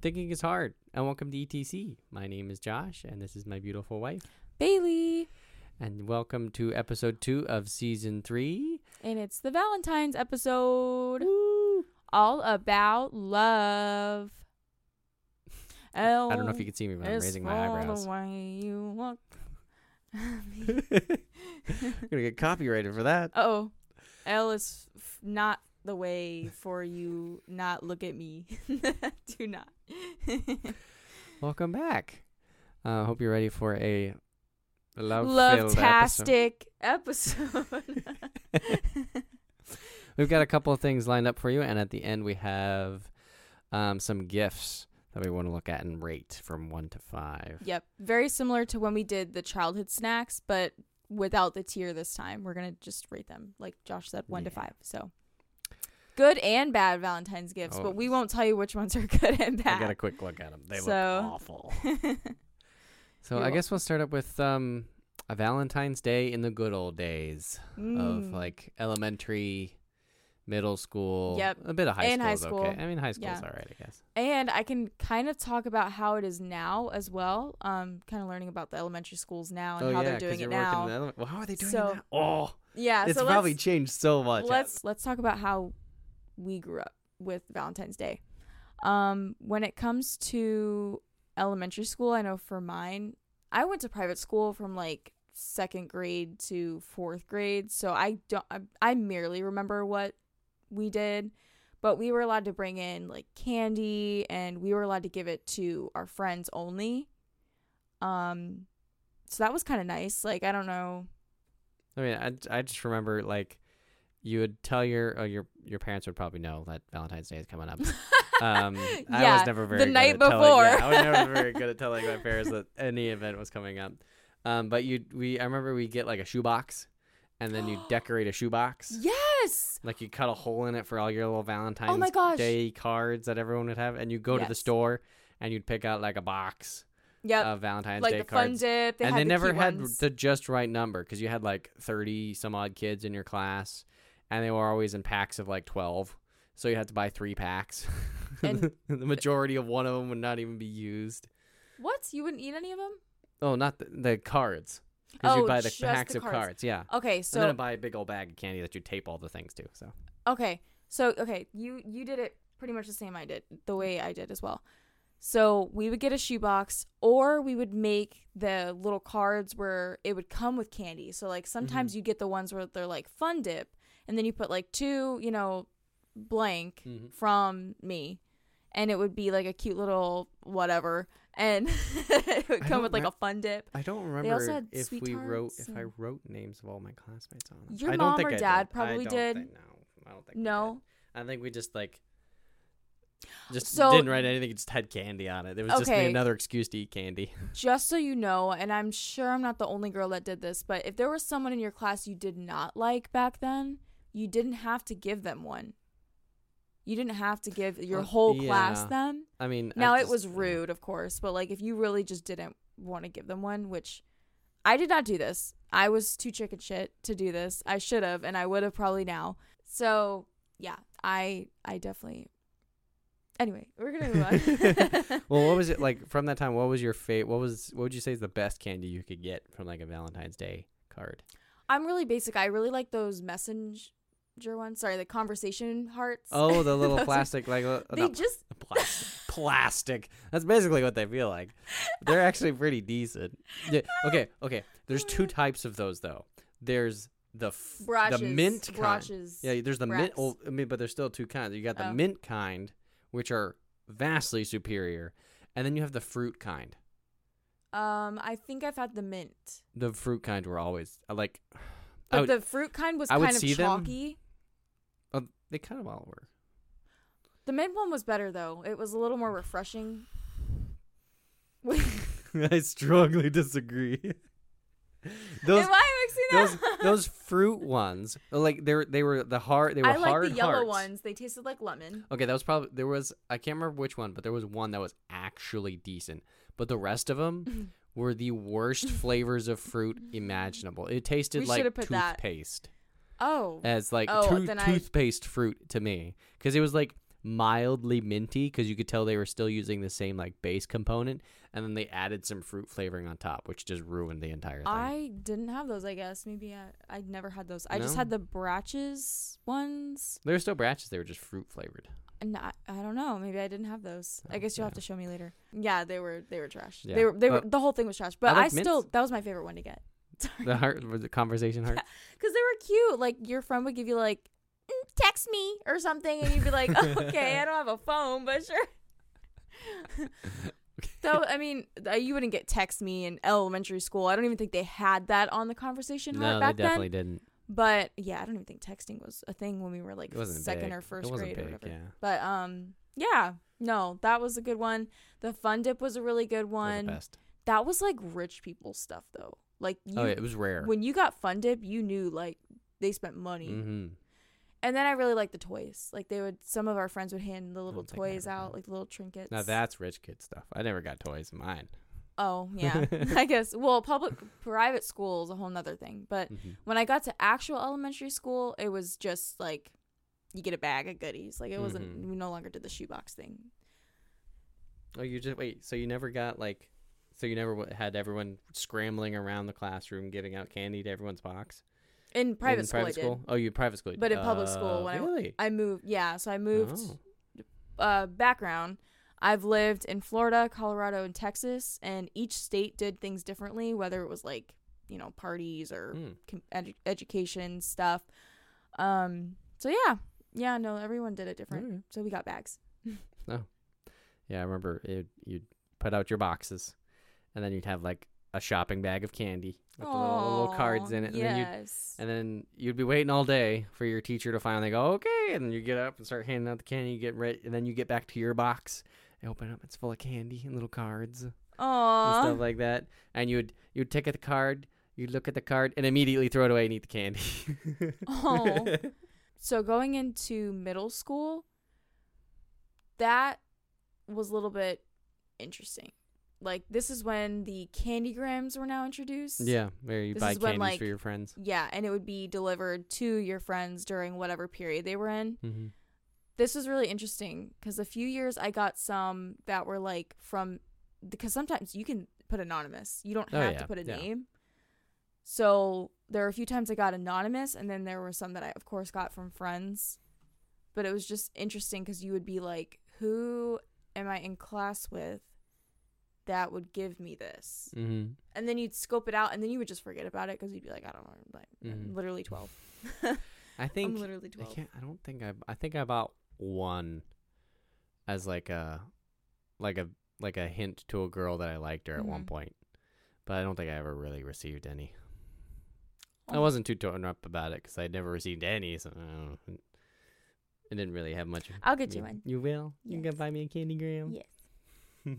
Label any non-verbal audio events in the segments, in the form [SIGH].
Thinking is hard, and welcome to ETC. My name is Josh, and this is my beautiful wife, Bailey. and welcome to episode two of season three. And it's the Valentine's episode Woo! all about love. [LAUGHS] Oh, I don't know if you can see me, but I'm raising my eyebrows. The way you look. [LAUGHS] I'm gonna get copyrighted for that. oh, L is f- not the way for you not look at me. [LAUGHS] Do not. Welcome back. uh, hope you're ready for a love Love-tastic episode. [LAUGHS] We've got a couple of things lined up for you, and at the end we have um, some gifts that we want to look at and rate from one to five. Yep. Very similar to when we did the childhood snacks, but without the tier this time. We're going to just rate them, like Josh said, one to Yeah. five. So good and bad Valentine's gifts, Oh. but we won't tell you which ones are [LAUGHS] good and I got a bad. quick look at them. They So- look [LAUGHS] awful. So You're I guess we'll start up with um, a Valentine's Day in the good old days of Mm. like elementary, middle school. Yep. A bit of high And school high is okay. school. I mean, high school's Yeah. all right, I guess. and I can kind of talk about how it is now as well. Um, kind of learning about the elementary schools now and oh how yeah, they're 'cause doing it you're working in now. the ele- well, how are they doing So- it now? Oh, yeah, it's so probably let's changed so much. let's let's talk about how we grew up with Valentine's Day. Um, when it comes to elementary school, I know for mine, I went to private school from like second grade to fourth grade, so I don't. I, I merely remember what we did, but we were allowed to bring in like candy, and we were allowed to give it to our friends only. Um, so that was kind of nice. Like I don't know. I mean, I, I just remember like you would tell your oh, your your parents would probably know that Valentine's Day is coming up. [LAUGHS] Um, I Yeah, was never very the good night at Telling, yeah, before. I was never [LAUGHS] very good at telling my parents that any event was coming up. Um, but you we I remember we get like a shoebox, and then you [GASPS] decorate a shoebox. Yes. Like you cut a hole in it for all your little Valentine's Oh my gosh. Day cards that everyone would have, and you go to the Yes. store and you'd pick out like a box Yep. of Valentine's like Day the fun cards dip. They and had they the never cute had ones. the just right number because you had like 30 some odd kids in your class and they were always in packs of like 12 so you had to buy three packs And- [LAUGHS] the majority of one of them would not even be used what? You wouldn't eat any of them? oh not the, the cards because Oh, you buy the just the packs of cards. cards yeah Okay, and then so I'd buy a big old bag of candy that you tape all the things to so okay, so okay, you you did it pretty much the same I did, the way I did as well. So we would get a shoebox, or we would make the little cards where it would come with candy. So like sometimes Mm-hmm. you get the ones where they're like fun dip, and then you put like two, you know, blank Mhm. from me, and it would be like a cute little whatever, and [LAUGHS] it would I come don't with like re- a fun dip. i don't also remember had if sweet we wrote tarts if i and- wrote names of all my classmates on them. Your I don't mom think or I dad did. probably I don't did. think- no i don't think we did. No, I think we just like just So- didn't write anything. It just had candy on it. It was just Okay. another excuse to eat candy. [LAUGHS] just so you know, and I'm sure I'm not the only girl that did this, but if there was someone in your class you did not like back then, you didn't have to give them one. You didn't have to give your Well, whole class Oh, yeah. them. I mean, I Now it just- was yeah. [LAUGHS] rude, of course, but like if you really just didn't want to give them one, which I did not do this. I was too chicken shit to do this. I should have, and I would have probably now. So yeah, I I definitely. Anyway, we're gonna move on. [LAUGHS] Well, what was it like from that time? What was your fate? What was what would you say is the best candy you could get from like a Valentine's Day [LAUGHS] card? I'm really basic. I really like those messenger ones. Sorry, the conversation hearts. Oh, [LAUGHS] the little Those are- plastic like uh, they no, just plastic. plastic. That's basically what they feel like. They're actually pretty [LAUGHS] decent. Yeah, okay, okay. There's two types of those though. There's the f- brushes. the mint kind. brushes. Yeah, there's the mint. Wraps. Oh, I mean, but there's still two kinds. You got the Oh. mint kind, which are vastly superior, and then you have the fruit kind. Um, I think I've had the mint, The fruit kind were always I like. I but would- the fruit kind was I would kind of see them. chalky. oh, they kind of all were. [LAUGHS] The mint one was better though. It was a little more refreshing. I strongly disagree. [LAUGHS] those Am I mixing [LAUGHS] those that? up? those fruit ones, like they were they were the hard they were I like hard the yellow hearts. ones. They tasted like lemon. Okay, that was probably there was I can't remember which one, but there was one that was actually decent. But the rest of [LAUGHS] them were the worst flavors of fruit imaginable. It tasted We like shoulda put that. toothpaste Oh, as like Oh, tooth- then I- toothpaste fruit to me because it was like mildly minty because you could tell they were still using the same like base component, and then they added some fruit flavoring on top, which just ruined the entire thing. I didn't have those. I guess maybe I I never had those. I just No? had the Bratches ones. they were still branches; they were just fruit flavored. And I, I don't know. Maybe I didn't have those. I Oh, guess you'll yeah. have to show me later. Yeah, they were they were trash. Yeah, They were they were but- the whole thing was trash. But I, like mints. still that was my favorite one to get. Sorry. The heart, was the conversation [LAUGHS] heart. Because they were cute. Like your friend would give you like "Mm, text me or something, and you'd [LAUGHS] be like, okay, I don't have a phone, but sure. [LAUGHS] so I mean, uh, you wouldn't get text me in elementary school. I don't even think they had that on the conversation no, heart they back then. definitely didn't. But yeah, I don't even think texting was a thing when we were like It wasn't second big. or first it wasn't grade big, or whatever. Yeah. But um, yeah, no, that was a good one. The fun dip was a really good It was the one. best. that was like rich people stuff though. Like you, oh, yeah, it was rare. when you got fun dip, you knew like they spent money. Mm-hmm. And then I really liked the toys. Like they would, some of our friends would hand the little don't think I toys ever out, got- like little trinkets. uh-huh. Now that's rich kid stuff. I never got toys of mine. [LAUGHS] Oh yeah, I guess. Well, public private school is a whole nother thing. But Mhm. when I got to actual elementary school, it was just like you get a bag of goodies. Like it wasn't. Mhm. We no longer did the shoebox thing. Oh, you just wait. So you never got like, so you never w- had everyone scrambling around the classroom giving out candy to everyone's box In private in school, private I did. school. Oh, you private school. you But did. in public school, Uh, when I w- really? I moved. Yeah, so I moved. Oh. Uh, background. I've lived in Florida, Colorado, and Texas, and each state did things differently, whether it was like you know parties or Hmm. com- edu- education stuff. Um. So yeah, yeah. No, everyone did it different. Alright. So we got bags. Yeah, I remember it, you'd put out your boxes, and then you'd have like a shopping bag of candy with the little, little cards Aw, in it, and then you'd Yes. and then you'd be waiting all day for your teacher to finally go, okay. And then you get up and start handing out the candy. You get ready, and then you get back to your box. You open it up, it's full of candy and little cards and Aw. stuff like that. And you'd you'd take at the card, you'd look at the card, and immediately throw it away and eat the candy. Oh. so going into middle school, that was a little bit interesting. Like this is when the candygrams were now introduced. [LAUGHS] yeah, where you This buy is candies when, like- for your friends. Yeah, and it would be delivered to your friends during whatever period they were in. Mm-hmm. This was really interesting because a few years I got some that were like from because sometimes you can put anonymous. You don't Oh, have yeah, to put a yeah. name. So there were a few times I got anonymous, and then there were some that I of course got from friends. But it was just interesting because you would be like, "Who am I in class with that would give me this?" Mm-hmm. and then you'd scope it out, and then you would just forget about it because you'd be like, I don't know, like Mhm. literally twelve. I think [LAUGHS] I'm literally I 12. can't. I don't think I. I think I bought one as like a, like a like a hint to a girl that I liked her at one Mhm. point, but I don't think I ever really received any. I Oh. wasn't too torn up about it because I'd never received any, so I don't know. I didn't really have much. I'll get mean, you one. You will. You can Yes. buy me a candy gram. Yes.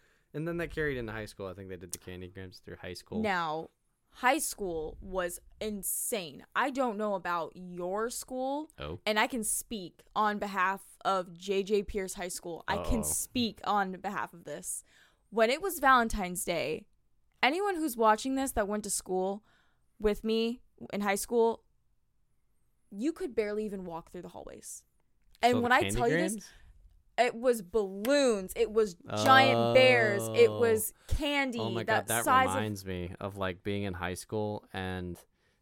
[LAUGHS] and then that carried into high school. I think they did the candy grams through high school. Now, high school was insane. I don't know about your school, Oh. and I can speak on behalf of JJ Pierce High School. I Uh-oh. can speak on behalf of this. When it was Valentine's Day, anyone who's watching this that went to school with me in high school, you could barely even walk through the hallways. And So the when I candy tell you this, grams? It was balloons. It was giant bears. It Oh. was candy. Oh my god, that that size reminds me of like being in high school and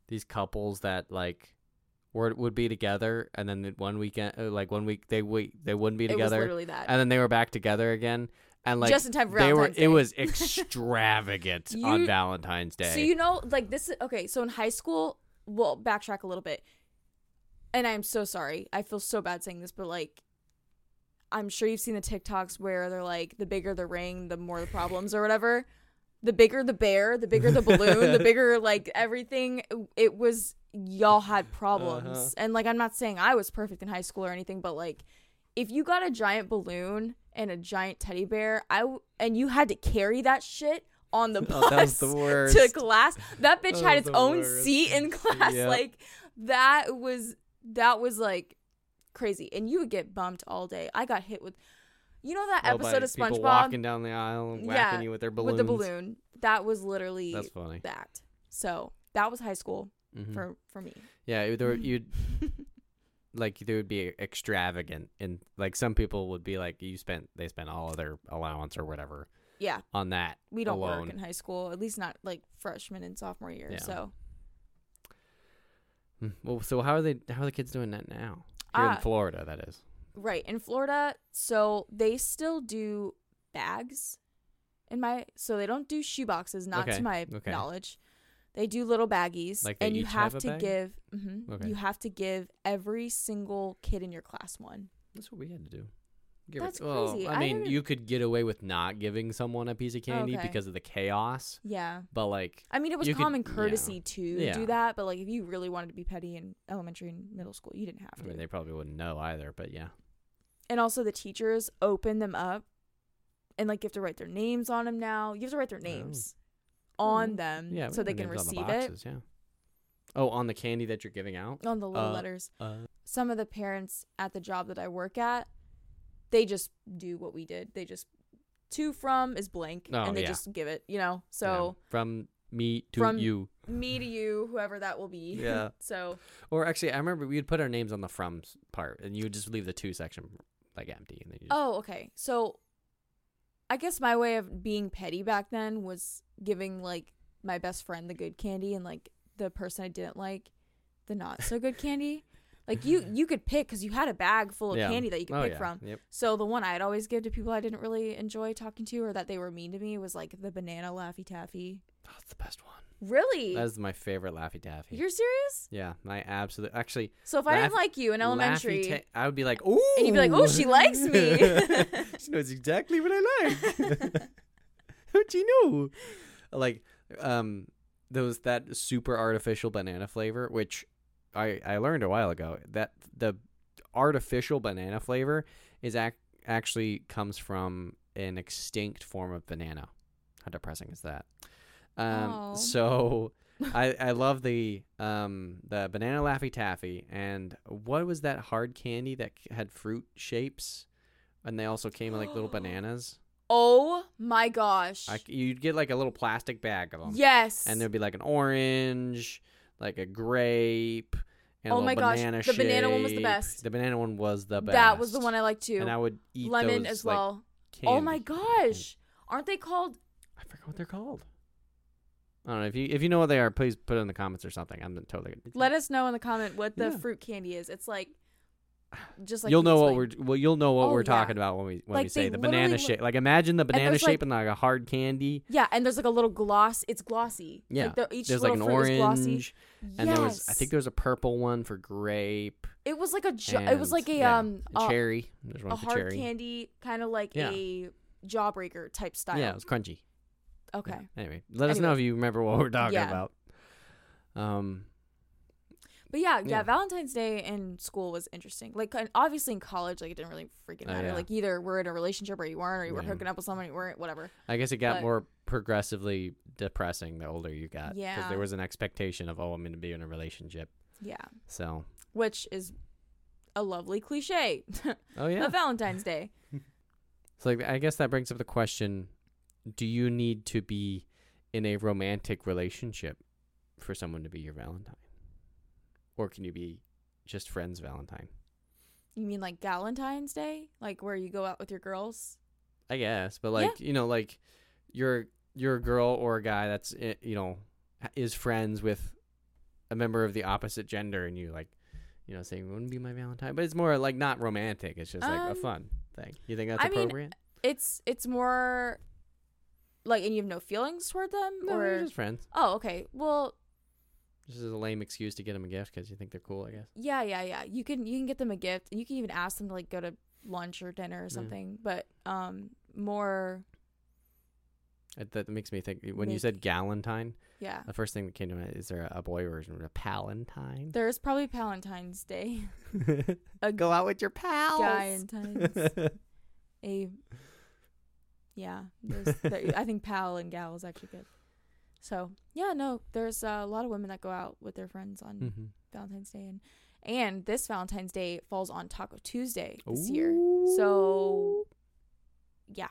these couples that like were would be together and then the one weekend uh, like one week they we, they wouldn't be of, It was together literally that. and then they were back together again and like Just in time for they were Valentine's Day. it [LAUGHS] was extravagant on You- Valentine's Day. So you know, like this. is- Okay, so in high school, we'll backtrack a little bit. And I'm so sorry. I feel so bad saying this, but like, I'm sure you've seen the TikToks where they're like, the bigger the ring, the more the problems or whatever. The bigger the bear, the bigger the balloon, the bigger like everything. It was y'all had problems, Uh-huh. and like I'm not saying I was perfect in high school or anything, but like if you got a giant balloon and a giant teddy bear, I w- and you had to carry that shit on the bus [LAUGHS] Oh, that was the worst. to class. That bitch That had was its the own worst. seat in class. [LAUGHS] Yep. Like that was that was like crazy. And you would get bumped all day. I got hit with you know that Oh, by episode of people SpongeBob walking down the aisle and Yeah, whacking you with their balloons. with the balloon. That was literally That's funny. that. So that was high school Mhm. for for me. [CLEARS THROAT] Yeah, it- there, Mhm. you'd like they would be extravagant and like some people would be like you spent they spent all of their allowance or whatever [LAUGHS] Yeah, on that we don't alone. work in high school, at least not like freshman and sophomore year. Yeah. So Mm, Well, so how are they? How are the kids doing that now? Here Ah. in Florida, that is. right in Florida, so they still do bags. In my so they don't do shoe boxes, not Okay, to my okay. knowledge. They do little baggies, Like they and you each have have, a to bag? give. mhm, Okay. You have to give every single kid in your class one. That's what we had to do. Give That's well, crazy. I I mean, didn't- you could get away with not giving someone a piece of candy Okay. because of the chaos, Yeah, but like, I mean it was You could- common yeah. courtesy to Yeah. do that, but like if you really wanted to be petty in elementary and middle school, you didn't have I to. mean, they probably wouldn't know either. But yeah, and also the teachers open them up and like you have to write their names on them now you have to write their names on Oh, them yeah. we Mm. so had they their can names on the receive it boxes, Yeah. Oh, on the candy that you're giving out. on the little Uh, letters Uh, some of the parents at the job that i work at they just do what we did they just to from is blank Oh, and they yeah. just give it you know yeah. so from me to From- you, me to you whoever that will be [LAUGHS] Yeah. so or actually, I remember we'd put our names on the from s- part, and you would just leave the to section like empty, and then you just, oh okay so i guess my way of being petty back then was giving like my best friend the good candy and like the person i didn't like the not so good [LAUGHS] candy like you you could pick because you had a bag full of Yeah. candy that you could Oh, pick yeah. from Yep. so the one i'd always give to people i didn't really enjoy talking to or that they were mean to me was like the banana laffy taffy Oh, it's the best one. really That is my favorite Laffy Taffy. you're serious yeah, my absolute. Actually, so if i didn't Laff- like you in Laffy elementary Ta- I would be like, ooh, and you'd be like oh she likes me [LAUGHS] [LAUGHS] she knows exactly what I like. How'd you know? Like, um, those that super artificial banana flavor, which I I learned a while ago that the artificial banana flavor is ac- actually comes from an extinct form of banana. How depressing is that? Um, Oh. so I I love the um the banana laffy taffy and what was that hard candy that c- had fruit shapes and they also came in like [GASPS] little bananas. oh my gosh I c you'd get like a little plastic bag of them. Yes. And there'd be like an orange, like a grape, and a Oh my little gosh, banana the banana one was the shape. best. The banana one was the best. that was the one I liked too. And I would eat Lemon those, as like, well. candy. Oh my gosh. Aren't they called I forgot what they're called. I don't know if you if you know what they are, please put it in the comments or something. I'm totally. let us know in the comment what the Yeah. fruit candy is. It's like just like you'll you know what we're explained. well, you'll know what Oh, we're yeah. talking about when we when we Like, say they the literally banana look- shape. Like imagine the banana there's, shape like- and like a hard candy. Yeah, and there's like a little gloss. It's glossy. Yeah, Like, they're- each There's like little an fruit is glossy. orange, and yes. there was I think there was a purple one for grape. it was like a ju- it and- was like a yeah, um and a, cherry. There's one a for hard cherry. candy kind of like Yeah. a jawbreaker type style. Yeah, it was crunchy. Okay. Yeah. Anyway, let us know if you remember what we're talking Yeah. about. Um. But yeah, yeah, Yeah. Valentine's Day in school was interesting. Like, and obviously in college, like it didn't really freaking Oh, matter. yeah. Like either we're in a relationship or you weren't, or you were Yeah. hooking up with someone, or you weren't, whatever. I guess it got But- more progressively depressing the older you got. Because Yeah. there was an expectation of, oh, I'm going to be in a relationship. Yeah, So, which is a lovely cliche [LAUGHS] oh, yeah. of Valentine's Day. so, like, I guess that brings up the question do you need to be in a romantic relationship for someone to be your Valentine? Or can you be just friends Valentine? You mean like Valentine's Day, like where you go out with your girls? I guess, but Yeah. like you know, like you're you're a girl or a guy that's i- you know ha- is friends with a member of the opposite gender, and you like you know saying wouldn't be my Valentine, but it's more like not romantic. It's just like a Um, fun thing. You think that's I mean, appropriate? It's it's more like, and you have no feelings toward them, no, or we're just friends. oh, okay, well, This is a lame excuse to get them a gift because you think they're cool. I guess. yeah, yeah, yeah. You can you can get them a gift, and you can even ask them to like go to lunch or dinner or Yeah. something. But um, more That, that makes me think when you Make- said Galentine, yeah. the first thing that came to mind is there a, a boy version or a Palentine? There's probably Valentine's Day, [LAUGHS] a Go out with your pals. [LAUGHS] Galentine's, a yeah. [LAUGHS] There's, there, I think pal and gal is actually good. So yeah, no, there's uh, a lot of women that go out with their friends on Mhm. Valentine's Day, and and this Valentine's Day falls on Taco Tuesday this year. So- Yeah,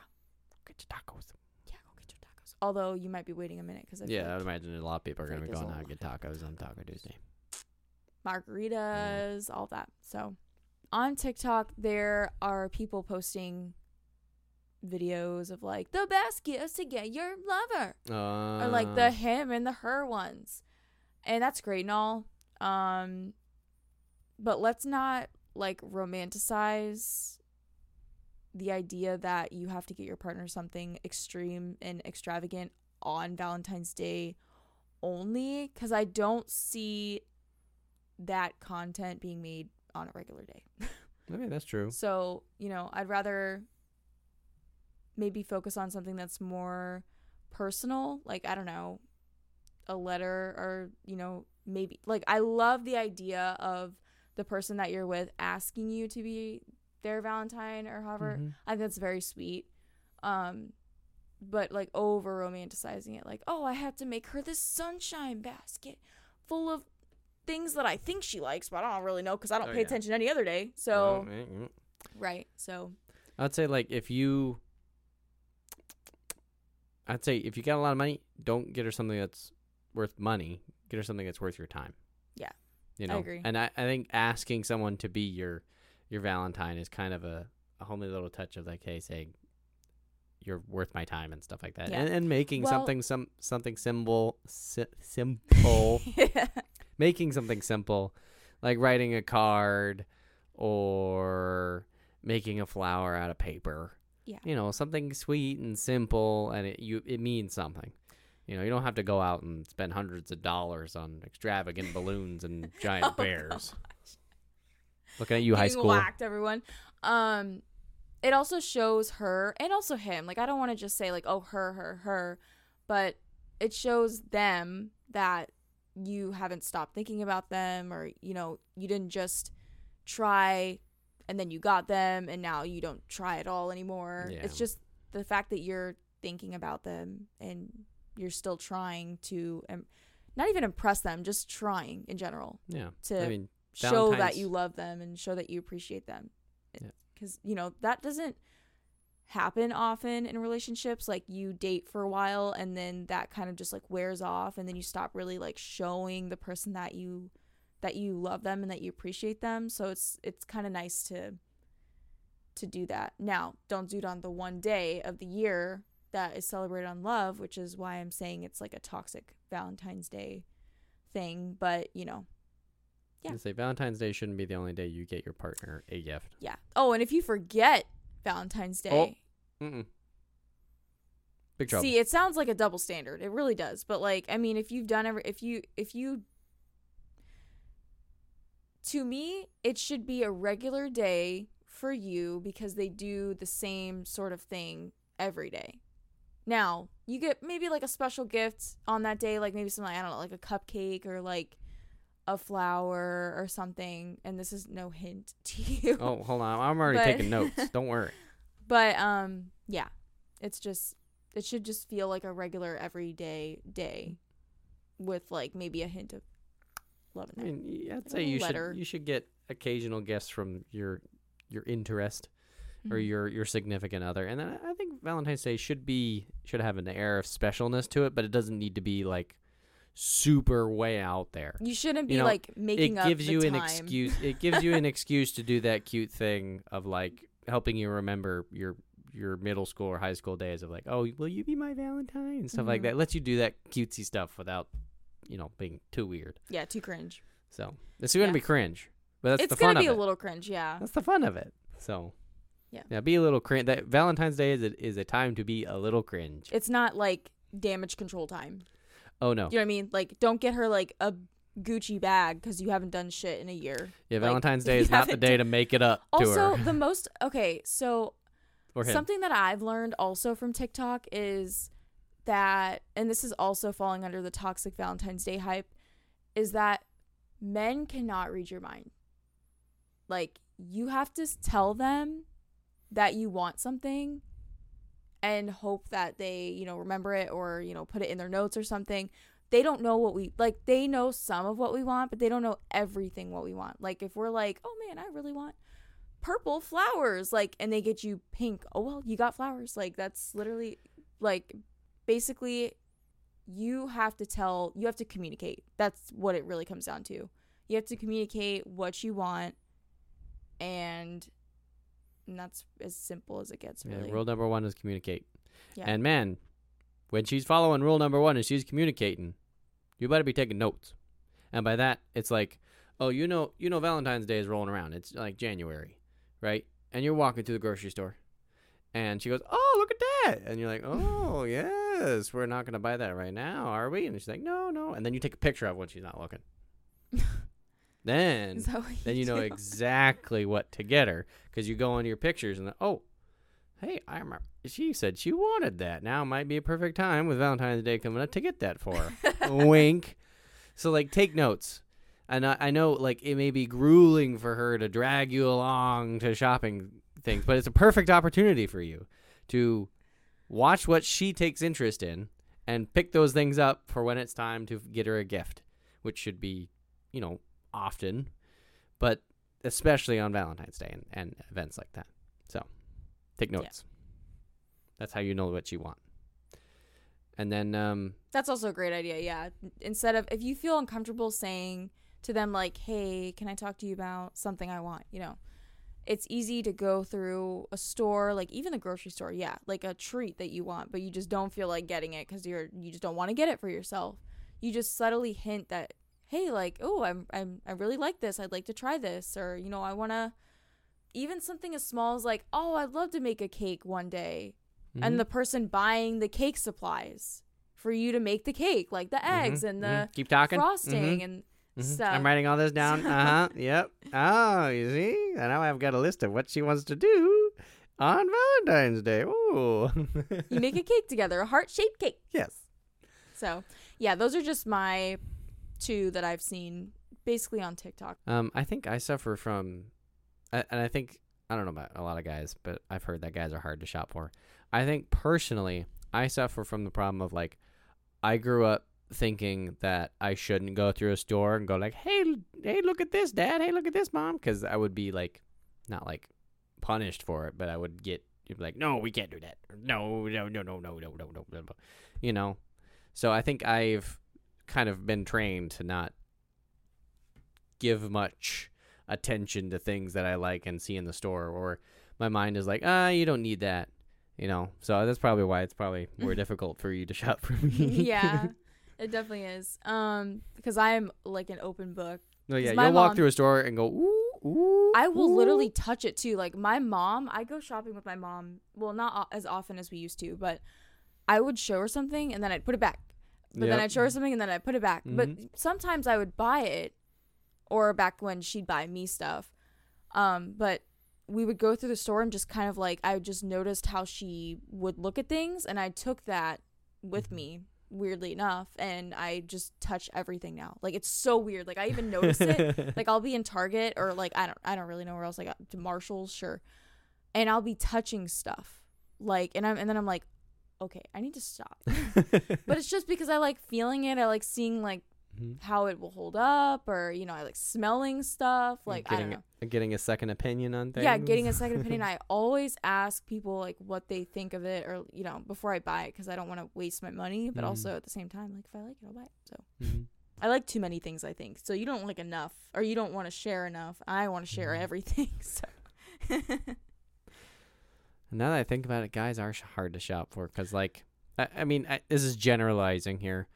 get your tacos. yeah, go get your tacos. Although you might be waiting a minute because yeah, I yeah, would imagine a lot of people are feel going to like be there's going a out and get tacos on Taco Tuesday. margaritas, all that. So on TikTok, there are people posting videos of like the best gifts to get your lover Uh, or like the him and the her ones. And that's great and all. Um but let's not like romanticize the idea that you have to get your partner something extreme and extravagant on Valentine's Day only cuz I don't see that content being made on a regular day. Okay, that's true. So, you know, I'd rather maybe focus on something that's more personal, like I don't know, a letter or, you know, maybe like I love the idea of the person that you're with asking you to be their Valentine or however. Mhm. I think that's very sweet. Um but like over romanticizing it like, "Oh, I have to make her this sunshine basket full of things that I think she likes, but I don't really know cuz I don't Oh, pay yeah. attention any other day." So Well, eh, mm. Right. So [LAUGHS] I'd say like if you I'd say if you got a lot of money, don't get her something that's worth money. Get her something that's worth your time. Yeah. You I know. agree. And I, I think asking someone to be your your Valentine is kind of a, a homely little touch of like, hey, saying you're worth my time and stuff like that. Yeah. And and making Well- something some something symbol si- [LAUGHS] simple making something simple like writing a card or making a flower out of paper Yeah. you know something sweet and simple and it you it means something you know you don't have to go out and spend hundreds of dollars on extravagant balloons and [LAUGHS] giant Oh, bears looking at you high Getting school whacked everyone. Um it also shows her and also him. Like I don't want to just say like oh her her her, but it shows them that you haven't stopped thinking about them or you know, you didn't just try and then you got them and now you don't try at all anymore. Yeah. It's just the fact that you're thinking about them and you're still trying to um, not even impress them, just trying in general yeah to i mean show that Valentine's- you love them and show that you appreciate them. Yeah. Because, you know, that doesn't happen often in relationships. Like, you date for a while and then that kind of just like wears off and then you stop really like showing the person that you that you love them and that you appreciate them. So it's it's kind of nice to to do that. Now, don't do it on the one day of the year that is celebrated on love, which is why I'm saying it's like a toxic Valentine's Day thing, but you know, yeah. to say valentine's day shouldn't be the only day you get your partner a gift Yeah. Oh, and if you forget Valentine's Day, Mm-mm. Oh, big trouble see, it sounds like a double standard. It really does. But like, I mean, if you've done every, if you, if you, to me, it should be a regular day for you because they do the same sort of thing every day. Now, you get maybe like a special gift on that day, like maybe something, I don't know, like a cupcake or like a flower or something. And this is no hint to [LAUGHS] you. oh hold on i'm already [LAUGHS] But- taking notes don't worry But um yeah, it's just it should just feel like a regular everyday day with like maybe a hint of love in I there. mean, y- I'd a say you letter. should you should get occasional gifts from your your interest or Mhm. your your significant other, and then I I think Valentine's Day should be should have an air of specialness to it, but it doesn't need to be like super way out there. You shouldn't be you know, like making it gives up the you time. an excuse. [LAUGHS] It gives you an excuse to do that cute thing of like helping you remember your your middle school or high school days of like, oh, will you be my Valentine and stuff like Mhm. that. It lets you do that cutesy stuff without you know being too weird. Yeah, too cringe. So it's going to Yeah. be cringe, but that's it's the fun gonna be of a it. little cringe, yeah. that's the fun of it. So Yeah. yeah, be a little cringe. That Valentine's Day is a, is a time to be a little cringe. It's not like damage control time. Oh no, You know what I mean? Like don't get her like a Gucci bag because you haven't done shit in a year. yeah, like, [LAUGHS] Valentine's Day you is not the haven't day done- to make it up Also, to [LAUGHS] her the most okay, so or him. Something that I've learned also from TikTok is that, and this is also falling under the toxic Valentine's Day hype, is that men cannot read your mind. Like, you have to s- tell them that you want something and hope that they, you know, remember it or, you know, put it in their notes or something. They don't know what we like, they know some of what we want, but they don't know everything what we want. Like, if we're like, oh man, I really want purple flowers like and they get you pink oh well you got flowers like that's literally like basically you have to tell you have to communicate that's what it really comes down to you have to communicate what you want and and that's as simple as it gets Yeah, really rule number one is communicate. Yeah. And man, when she's following rule number one and she's communicating, you better be taking notes. And by that, it's like, oh, you know, you know, Valentine's Day is rolling around. It's like January, right? And you're walking to the grocery store, and she goes, oh, look at that, and you're like, oh, yes, we're not gonna buy that right now, are we? And she's like, no, no. And then you take a picture of when she's not [LAUGHS] looking. then [LAUGHS] Is that what [LAUGHS] then you know do? exactly what to get her because you go into your pictures and oh hey i remember she said she wanted that now might be a perfect time with valentine's day coming up to get that for [LAUGHS] her wink so like take notes and I, I know like it may be grueling for her to drag you along to shopping things but it's a perfect opportunity for you to watch what she takes interest in and pick those things up for when it's time to get her a gift which should be you know often but especially on Valentine's Day and, and events like that. So take Yeah. notes. That's how you know what you want. And then, um, That's also a great idea. Yeah. Instead of if you feel uncomfortable saying to them like, "Hey, can I talk to you about something I want?" You know, it's easy to go through a store, like even the grocery store. Yeah, like a treat that you want, but you just don't feel like getting it because you're you just don't want to get it for yourself. You just subtly hint that, "Hey, like, oh, I'm I'm I really like this. I'd like to try this," or you know, I want to. Even something as small as like, "Oh, I'd love to make a cake one day." Mm-hmm. and the person buying the cake supplies for you to make the cake, like the mhm, eggs and the mhm. keep talking frosting Mhm, and mhm. stuff. I'm writing all this [LAUGHS] down. Uh huh. yep. Oh, you see, and now I've got a list of what she wants to do on Valentine's Day. [LAUGHS] Ooh. [LAUGHS] you make a cake together, a heart shaped cake. yes. So, yeah, those are just my two that I've seen basically [LAUGHS] on TikTok. Um, I think I suffer from, I- and I think I don't know about a lot of guys, but I've heard that guys are hard to shop for. I think personally, I suffer from the problem of like, I grew up thinking that I shouldn't go through a store and go like, hey, l- hey, look at this, dad, hey, look at this, mom, because I would be like, not like punished for it, but I would get you'd be like, no, we can't do that, no, no, no, no, no, no, no, no, no, no," you know. So I think I've kind of been trained to not give much attention to things that I like and see in the store, or my mind is like, ah, you don't need that, you know. So that's probably why it's probably more difficult for you to shop for me. [LAUGHS] yeah, it definitely is. Um, because I am like an open book. no, yeah, 'Cause you'll my walk mom- through a store and go, ooh, ooh. I will ooh." literally touch it too. Like my mom, I go shopping with my mom. Well, not o- as often as we used to, but I would show her something and then I'd put it back. But then Yep. I'd show her something and then I'd put it back. But sometimes I would buy it, or back when she'd buy me stuff. Um, but we would go through the store and just kind of like I just noticed how she would look at things, and I took that with me. Weirdly enough, and I just touch everything now. Like it's so weird. Like I even notice [LAUGHS] it like I'll be in Target or like I don't I don't really know where else I got to Marshalls, sure. And I'll be touching stuff. Like and I'm and then I'm like, okay, I need to stop. but it's just because I like feeling it, I like seeing like Mhm. how it will hold up or you know, I like smelling stuff. Like I don't getting know. getting a second opinion on things. Yeah, getting [LAUGHS] a second opinion. I always ask people like what they think of it or you know, before I buy it cuz I don't want to waste my money, but Mhm. also at the same time like if I like it, I'll buy it. So Mhm. I like too many things, I think. So you don't like enough, or you don't want to share enough. I want to share Mhm. everything. [LAUGHS] So [LAUGHS] Now that I think about it, guys are sh- hard to shop for because, like, I, I mean, I, this is generalizing here,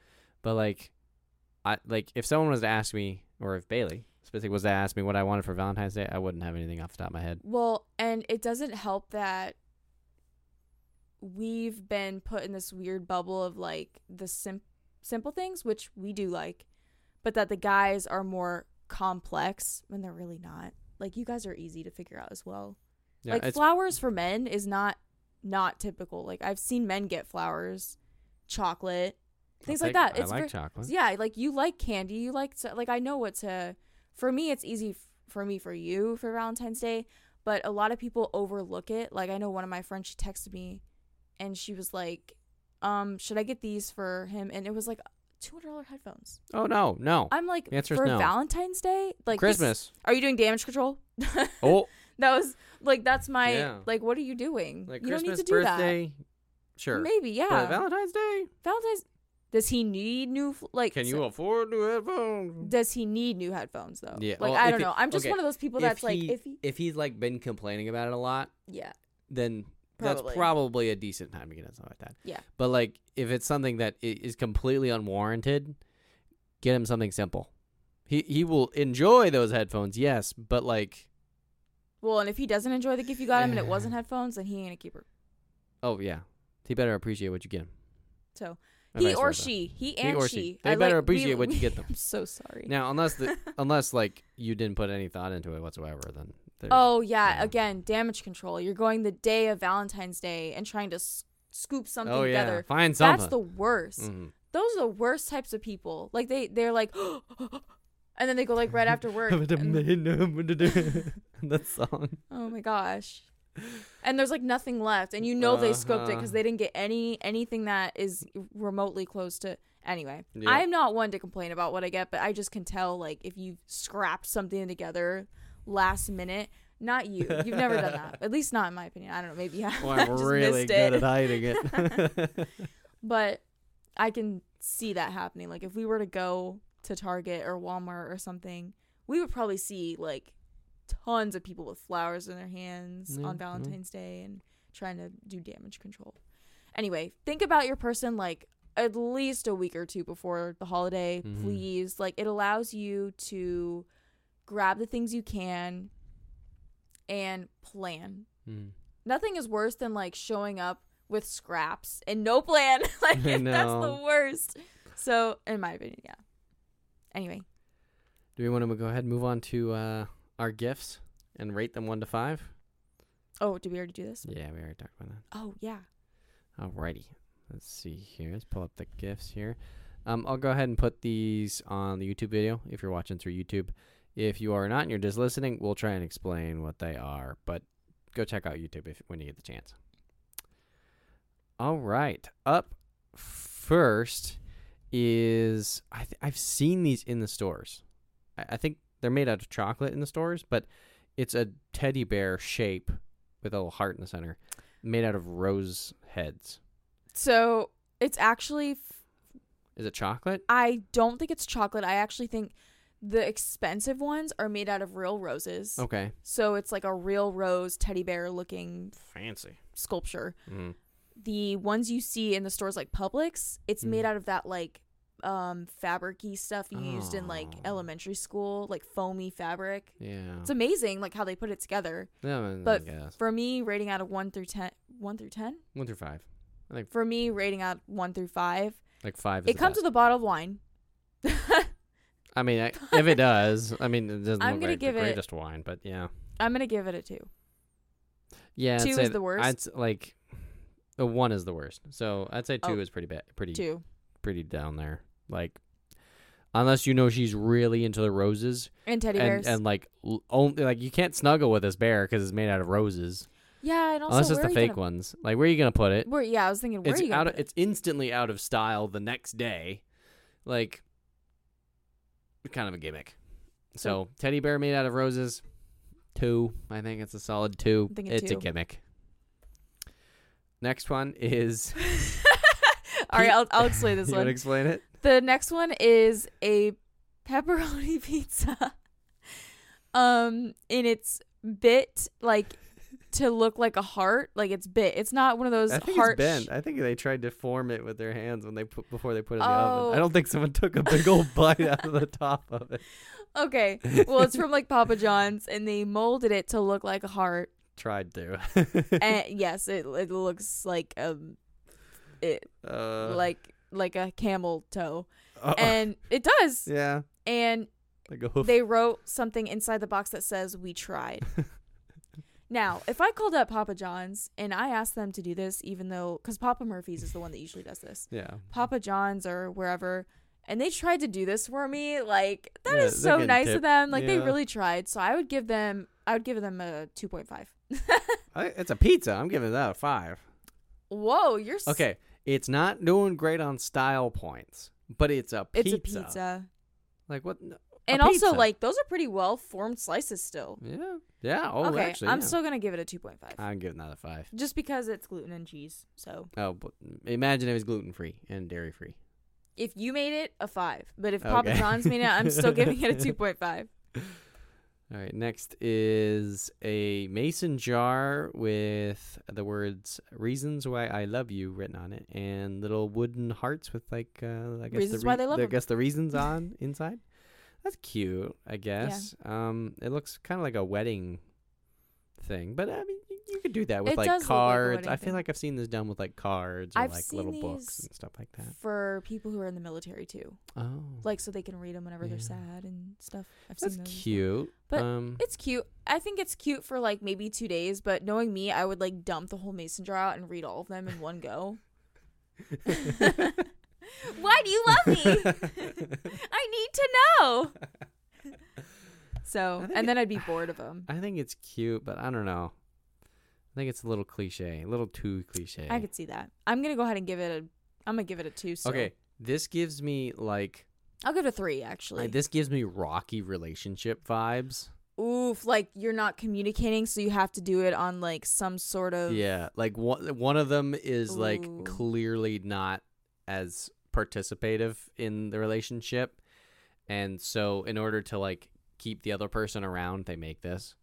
but like, I like if someone was to ask me, or if Bailey specifically was to ask me what I wanted for Valentine's Day, I wouldn't have anything off the top of my head. well, and it doesn't help that we've been put in this weird bubble of like the sim- simple things, which we do like, but that the guys are more complex when they're really not. Like you guys are easy to figure out as well. Yeah, like it's, flowers for men is not not typical. Like I've seen men get flowers, chocolate, things like that. I It's like ver- chocolate. Yeah, like you like candy, you like to, like I know what to. For me, it's easy f- for me for you for Valentine's Day, but a lot of people overlook it. Like I know one of my friends, she texted me, and she was like, "Um, should I get these for him?" And it was like two hundred dollar headphones. Oh no, no, I'm like, The answer's for no. Valentine's Day, like this- Christmas. are you doing damage control? [LAUGHS] that oh, was like that's my Yeah. like. What are you doing? like you Christmas don't need to do birthday. Sure, that. Maybe yeah. but Valentine's Day. Valentine's Does he need new f- like? Can you so- afford new headphones? Does he need new headphones though? Yeah, Like well, I if don't he- know. I'm just okay, one of those people if that's like, he- if he, If he's like been complaining about it a lot, yeah, then Probably. that's probably a decent time to get something like that. Yeah. But like, if it's something that i- is completely unwarranted, get him something simple. He he will enjoy those headphones, yes, but like, Well, and if he doesn't enjoy the gift you got him and it wasn't headphones, then he ain't a keeper. oh yeah, he better appreciate what you get him. So, And He vice or versa. she. He and or she. she. They I better like- [LAUGHS] appreciate what you get them. I'm so sorry. Now, unless [LAUGHS] the unless like you didn't put any thought into it whatsoever, then there's- oh, yeah. yeah. Again, damage control. You're going the day of Valentine's Day and trying to s- scoop something oh yeah, together. find something. That's the worst. Mhm. Those are the worst types of people. Like, they, they're like, [GASPS] and then they go, like, [LAUGHS] right after work. and- that song. oh, my gosh. And there's like nothing left, and you know they scoped it Uh-huh. because they didn't get any anything that is remotely close to. Anyway, Yeah. [LAUGHS] I'm not one to complain about what I get, but I just can tell like if you scrapped something together last minute. Not you. You've never done [LAUGHS] that. At least not in my opinion. I don't know. Maybe you have. Well, [LAUGHS] I I'm just really missed good it. at hiding [LAUGHS] it. [LAUGHS] But I can see that happening. Like if we were to go to Target or Walmart or something, we would probably see like tons of people with flowers in their hands Yeah, yeah. on Valentine's Day and trying to do damage control. Anyway, think about your person like at least a week or two before the holiday, Mhm. please. Like it allows you to grab the things you can and plan Mm. Nothing is worse than like showing up with scraps and no plan. [LAUGHS] like I that's the know. worst. So, in my opinion, yeah. Anyway, Do we want to go ahead and move on to uh, our gifts and rate them one to five? oh, did we already do this? Yeah, we already talked about that. Oh yeah. Alrighty, let's see here. Let's pull up the gifts here. Um, I'll go ahead and put these on the YouTube video if you're watching through YouTube. If you are not and you're just listening, we'll try and explain what they are. But go check out YouTube if when you get the chance. All right, up first is I th- I've seen these in the stores. I-, I think they're made out of chocolate in the stores, but it's a teddy bear shape with a little heart in the center, made out of rose heads. So it's actually f- Is it chocolate? I don't think it's chocolate. I actually think the expensive ones are made out of real roses. Okay, So it's like a real rose teddy bear looking fancy. sculpture. Mm. The ones you see in the stores like Publix, it's made Mhm. out of that like um fabricy stuff you used in like Oh. elementary school, like foamy fabric. Yeah. It's amazing like how they put it together. Yeah, I mean, but- I guess. For me, rating out of 1 through 10, 1 through 10. one through five, For me, rating out 1 through 5. like five. Is It comes with a bottle of wine. [LAUGHS] I mean, I, if it does, I mean, it doesn't I'm look gonna like give the it- greatest wine, but yeah, I'm going to give it a 2. yeah. I'd Two say is the th- worst. I'd s- like the one is the worst. So I'd say two Oh. is pretty bad, pretty 2. pretty down there. Like, unless you know she's really into the roses, And teddy and bears. and like l- only like you can't snuggle with this bear because it's made out of roses, yeah, and also unless it's where the are you fake gonna, ones. Like, where are you gonna put it? Where, yeah, I was thinking where it's are you out. [LAUGHS] going Of, it's instantly out of style the next day. Like, kind of a gimmick. So, teddy bear made out of roses, two. I think it's a solid two. I'm thinking It's two. a gimmick. Next one is. [LAUGHS] All right, Pe- I'll, I'll explain [LAUGHS] this you one. wanna explain it? The next one is a pepperoni [LAUGHS] pizza. Um, and it's bit like to look like a heart, like it's bit. It's not one of those I think heart. it's bent. I think they tried to form it with their hands when they put before they put it in the Oh. oven. I don't think someone took a big old bite out of the top of it. [LAUGHS] okay, well, it's from like Papa John's, and they molded it to look like [LAUGHS] a heart. Tried to. And yes, it it looks like um, it [LAUGHS] uh, like like a camel toe, uh, and it does. yeah, And like a hoof. they wrote something inside the box that says we [LAUGHS] tried now if i called up papa john's and i asked them to do this even though because papa murphy's is the one that usually does this yeah, papa john's or wherever and they tried to do this for me like that is Yeah, they're so getting nice of tipped. them like they Yeah. really tried so i would give them i would give them a 2.5 I, it's a pizza. I'm giving that a five. [LAUGHS] whoa you're s- Okay, it's not doing great on style points, but it's a it's pizza. a pizza Like what? and also pizza. like those are pretty well formed slices still Yeah, yeah. Oh, okay actually, i'm yeah. Uh, still gonna give it a 2.5 I'm giving that a five. just because it's gluten and cheese so Oh, but imagine if it's gluten free and dairy free. If you made it, a five. But if Okay. Papa John's made it, I'm still giving [LAUGHS] it a 2.5. All right, next is a mason jar with the words "Reasons Why I Love You" written on it, and little wooden hearts with like uh, I guess Reasons the why they love I 'em. guess the [LAUGHS] reasons on inside. That's cute, I guess. Um, it looks kind of like a wedding thing, but I mean, you, you could do that with It like does look like a cards. wedding I feel thing. like I've seen this done with like cards or I've like seen little books these and stuff like that. For people who are in the military too. Oh, Like so they can read them whenever they're Yeah. sad and stuff. I've that's seen those. cute. But um, It's cute. I think it's cute for like maybe two days, but knowing me, I would like dump the whole mason jar out and read all of them in [LAUGHS] one go. [LAUGHS] Why do you love me? [LAUGHS] I need to know. I So, think and it- then I'd be bored of them. I think it's cute, but I don't know. I think it's a little cliche, a little too cliche. I could see that. I'm gonna go ahead and give it a. I'm gonna give it a two. So. okay, this gives me like, I'll give it a three like, actually. this gives me rocky relationship vibes. Oof, like you're not communicating, so you have to do it on like some sort of. Yeah, like one one of them is Ooh. like clearly not as participative in the relationship, and so in order to like keep the other person around, they make this.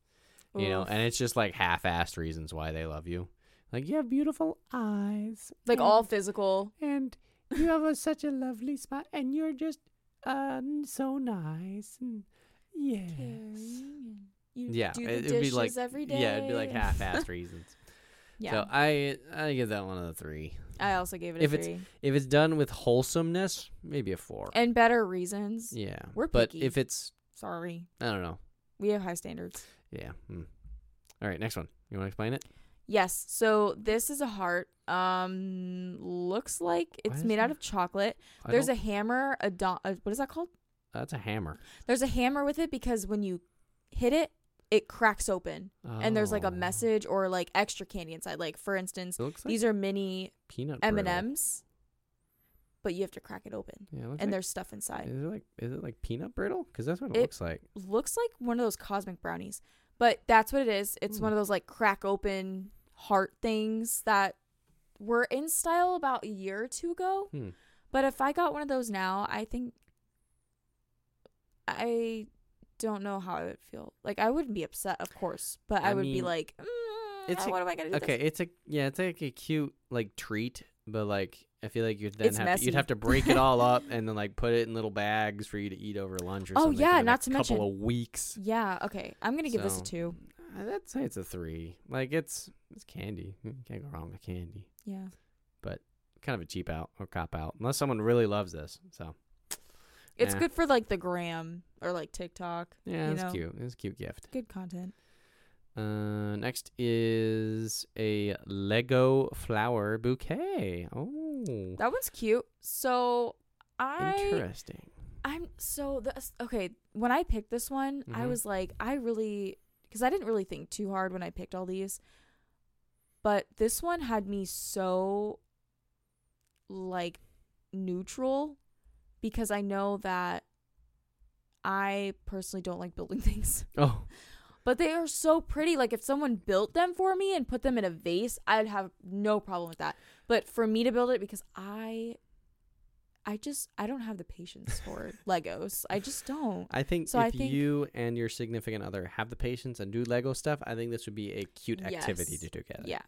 You know, oof. and it's just like half-assed reasons why they love you. Like you have beautiful eyes, like and- all physical. and you have a, such a lovely smile, and you're just um so nice and yes. caring, You Yeah, do the it, would dishes be like every day. yeah, it'd be like [LAUGHS] half-assed reasons. Yeah, So I I give that one of the three. I also gave it a if it's- three If it's done with wholesomeness, maybe a four. and better reasons. yeah, We're but picky. if it's Sorry, I don't know, we have high standards. yeah. mm. All right, next one. You want to explain it? Yes. So this is a heart. Um, looks like it's is made out there- of chocolate. I There's a don't- hammer. A, do- a what is that called? that's a hammer, There's a hammer with it because when you hit it, it cracks open, and there's like Oh. a message or like extra candy inside. Like for instance, It looks like these are mini peanut M and brittle. M's, but you have to crack it open, Yeah, it looks and like, there's stuff inside. is it like is it like peanut brittle? Because that's what it, It- looks like. Looks like one of those cosmic brownies, but that's what it is. It's one Ooh. of those like crack open heart things that were in style about a year or two ago. Hmm. But if I got one of those now, I think I don't know how I would feel. Like I wouldn't be upset, of course, but I, I would be mean, like, mm, it's a- "What am I gonna do?" with Okay, this?" it's a yeah, it's like a cute like treat, but like I feel like you'd then It's have to, messy. you'd have to break it all [LAUGHS] up and then like put it in little bags for you to eat over lunch or Oh, something. for yeah, the not next to couple mention- of weeks. Yeah. Okay. I'm gonna give this a So, two. uh, I'd say it's a three. Like it's it's candy. You can't go wrong with candy. Yeah. Kind of a cheap out or cop out, unless someone really loves this. So It's Nah. good for like the gram or like TikTok. yeah, You it's know. cute. It's a cute gift. Good content. Uh, next is a Lego flower bouquet. Oh, That one's cute. So I interesting. I'm so the okay. When I picked this one, I Mhm. was like, I really because I didn't really think too hard when I picked all these, but this one had me so like neutral because I know that I personally don't like building [LAUGHS] things, Oh, but they are so pretty. Like if someone built them for me and put them in a vase, I'd have no problem with that. But for me to build it because I. I just I don't have the patience [LAUGHS] for Legos. I just don't. I think So I if think- you and your significant other have the patience and do Lego stuff, I think this would be a cute activity Yes. to do together. Yeah.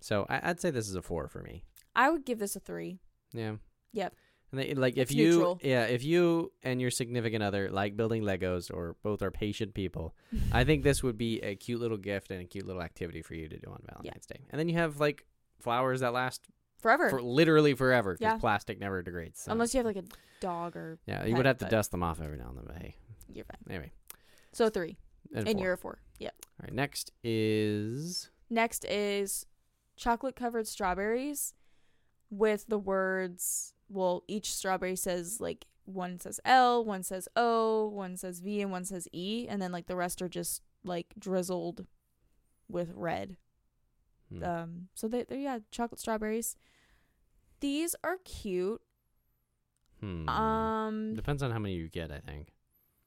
So I, I'd say this is a four for me. I would give this a three. Yeah. Yep. And they, like It's if you neutral. yeah if you and your significant other like building Legos or both are patient people, I think this would be a cute little gift and a cute little activity for you to do on Valentine's Day. And then you have like flowers that last Forever. for literally forever because Yeah. plastic never degrades. so- Unless you have like a dog or yeah, you pet, would have to but- dust them off every now and then. But hey, you're fine. anyway. So three. And, And four. you're a four. Yep. All right, next is Next is chocolate covered strawberries with the words well, each strawberry says like one says L, one says O, one says V, and one says E, and then like the rest are just like drizzled with red. hmm. Um, so they, they're yeah, chocolate strawberries. These are cute. Hmm. Um, Depends on how many you get, I think.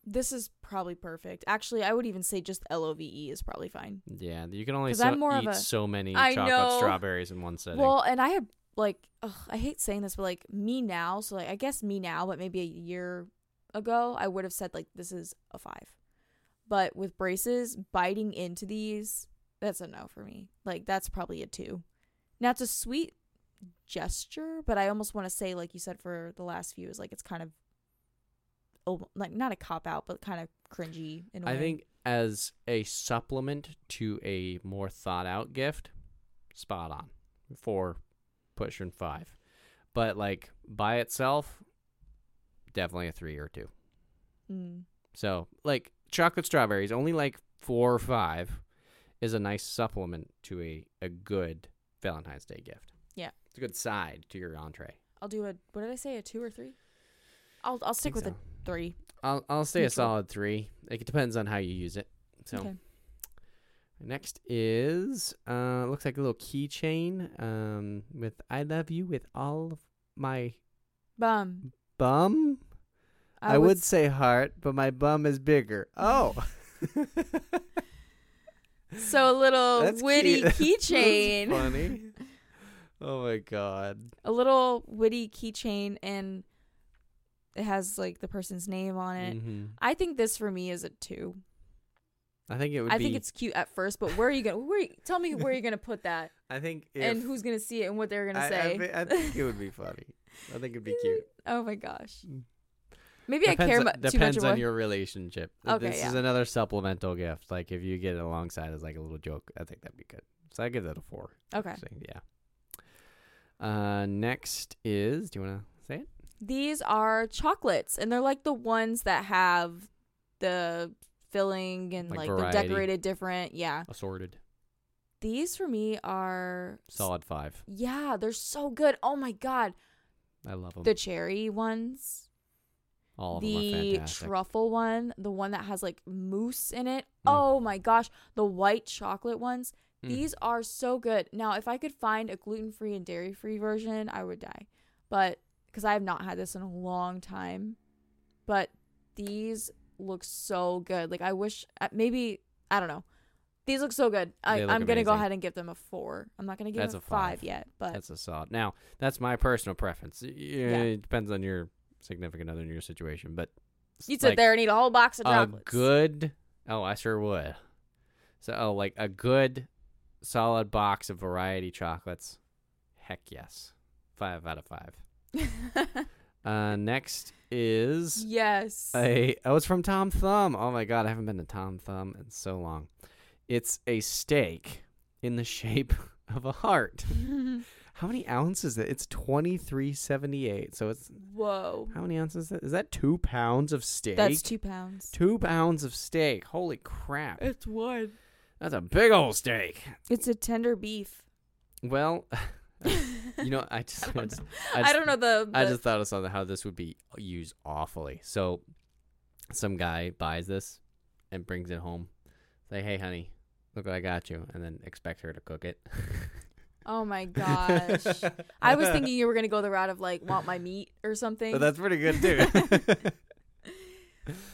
This is probably perfect. Actually, I would even say just L O V E is probably fine. Yeah, you can only 'Cause so, I'm more of eat a- so many I chocolate know. strawberries in one sitting. Well, and I have like ugh, I hate saying this, but like me now, so like I guess me now, but maybe a year ago, I would have said like this is a five. But with braces, biting into these, that's a no for me. Like that's probably a two. Now it's a sweet gesture, but I almost want to say, like you said for the last few, is like it's kind of oh, like not a cop out, but kind of cringy. In a I way. think as a supplement to a more thought out gift, spot on for pushing five. But like by itself, definitely a three or two. Mm. So like chocolate strawberries, only like four or five is a nice supplement to a, a good Valentine's Day gift. Yeah. It's a good side to your entree. I'll do a what did I say a two or three? I'll I'll stick Think with so. a three. I'll I'll say a Neutral. solid three. Like, it depends on how you use it. So Okay. next is uh looks like a little keychain um with I love you with all of my Bum. bum. I, would, s- say heart, but my bum is bigger. [LAUGHS] Oh. [LAUGHS] so a [LAUGHS] little That's witty cute. That's keychain, funny. [LAUGHS] Oh my god. a little witty keychain, and it has like the person's name on it. hmm I think this for me is a two. I think it would I be think it's cute at first, but where are you gonna? Where tell me where you're gonna put that, I think [LAUGHS] and if- who's gonna see it, and what they're gonna I, say. I, [LAUGHS] thi- I think it would be funny. I think it'd be cute. oh my gosh. Mm. Maybe I depends care on- about too much depends of on what. your relationship. Okay, this is yeah. another supplemental gift. Like if you get it alongside as like a little joke, I think that'd be good. So I give that a four. okay. actually, Yeah. Uh, next is. Do you want to say it? These are chocolates, and they're like the ones that have the filling and Like like, they're variety. decorated different. Yeah. Assorted. These for me are Solid five. Yeah, they're so good. Oh my god, I love them. the cherry ones, All of them are the fantastic. truffle one, the one that has like mousse in it. Oh my gosh, the white chocolate ones. Mm. These are so good. Now, if I could find a gluten free and dairy free version, I would die. But because I have not had this in a long time, but these look so good. Like, I wish uh, maybe, I don't know. These look so good. I, They look I'm going to go amazing. ahead and give them a four. I'm not going to give That's them a a five, five. yet, but That's a solid. Now, that's my personal preference. Y- Yeah. It depends on your significant other and your situation, but s- you'd sit like, there and eat a whole box of a chocolates. good. Oh, I sure would. So, oh, like a good, solid box of variety chocolates. Heck yes, five out of five. Uh, next is [LAUGHS] [LAUGHS] yes. a. Oh, it's from Tom Thumb. Oh my god, I haven't been to Tom Thumb in so long. It's a steak in the shape [LAUGHS] of a heart. How many ounces is it? It's twenty three seventy eight. So it's Whoa. how many ounces is that? Is that two pounds of steak? That's two pounds. Two pounds of steak. Holy crap. It's one. That's a big old steak. It's a tender beef. Well, [LAUGHS] you know, I just, [LAUGHS] I I, [LAUGHS] don't just, I don't know the. I the- just thought of something how this would be used awfully. So, some guy buys this and brings it home. Say, hey, honey, look what I got you, and then expect her to cook it. [LAUGHS] [LAUGHS] oh my gosh. I was thinking you were gonna go the route of like want my meat or something. But that's pretty good too. [LAUGHS]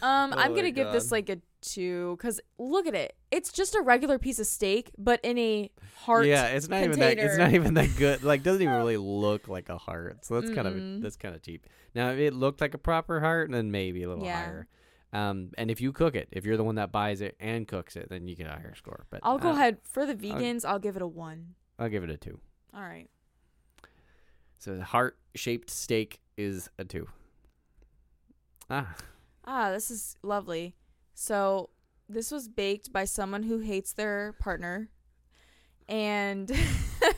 um, Oh I'm my gonna give this God. like a two because look at it. It's just a regular piece of steak, but in a heart. yeah, it's not even that. It's container. not even that good. Like, doesn't [LAUGHS] even really look like a heart. So that's kind Mm-mm. of that's kind of cheap. Now, if it looked like a proper heart, then maybe a little Yeah. higher. Um, and if you cook it, if you're the one that buys it and cooks it, then you get a higher score. But I'll go uh, ahead for the vegans. I'll give it a one. I'll give it a two. All right. So the heart shaped steak is a two. Ah, [LAUGHS] Ah, this is lovely. So, this was baked by someone who hates their partner. And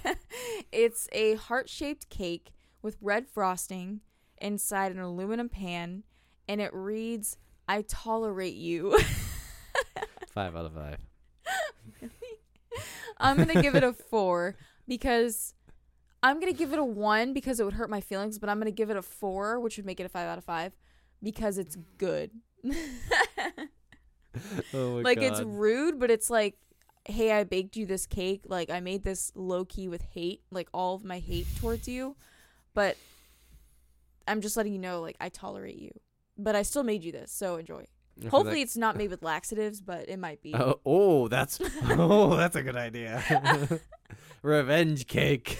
[LAUGHS] it's a heart shaped cake with red frosting inside an aluminum pan. And it reads, I tolerate you. [LAUGHS] five out of five. [LAUGHS] I'm going to give it a four because I'm going to give it a one because it would hurt my feelings, but I'm going to give it a four, which would make it a five out of five because it's good. Oh my like [LAUGHS] it's rude, but it's like, hey, I baked you this cake. Like I made this low key with hate, like all of my hate towards you, but I'm just letting you know, like I tolerate you, but I still made you this, so enjoy. it's Hopefully, it's not made with laxatives, but it might be. [LAUGHS] Oh, oh, that's [LAUGHS] oh, that's a good idea. Revenge cake.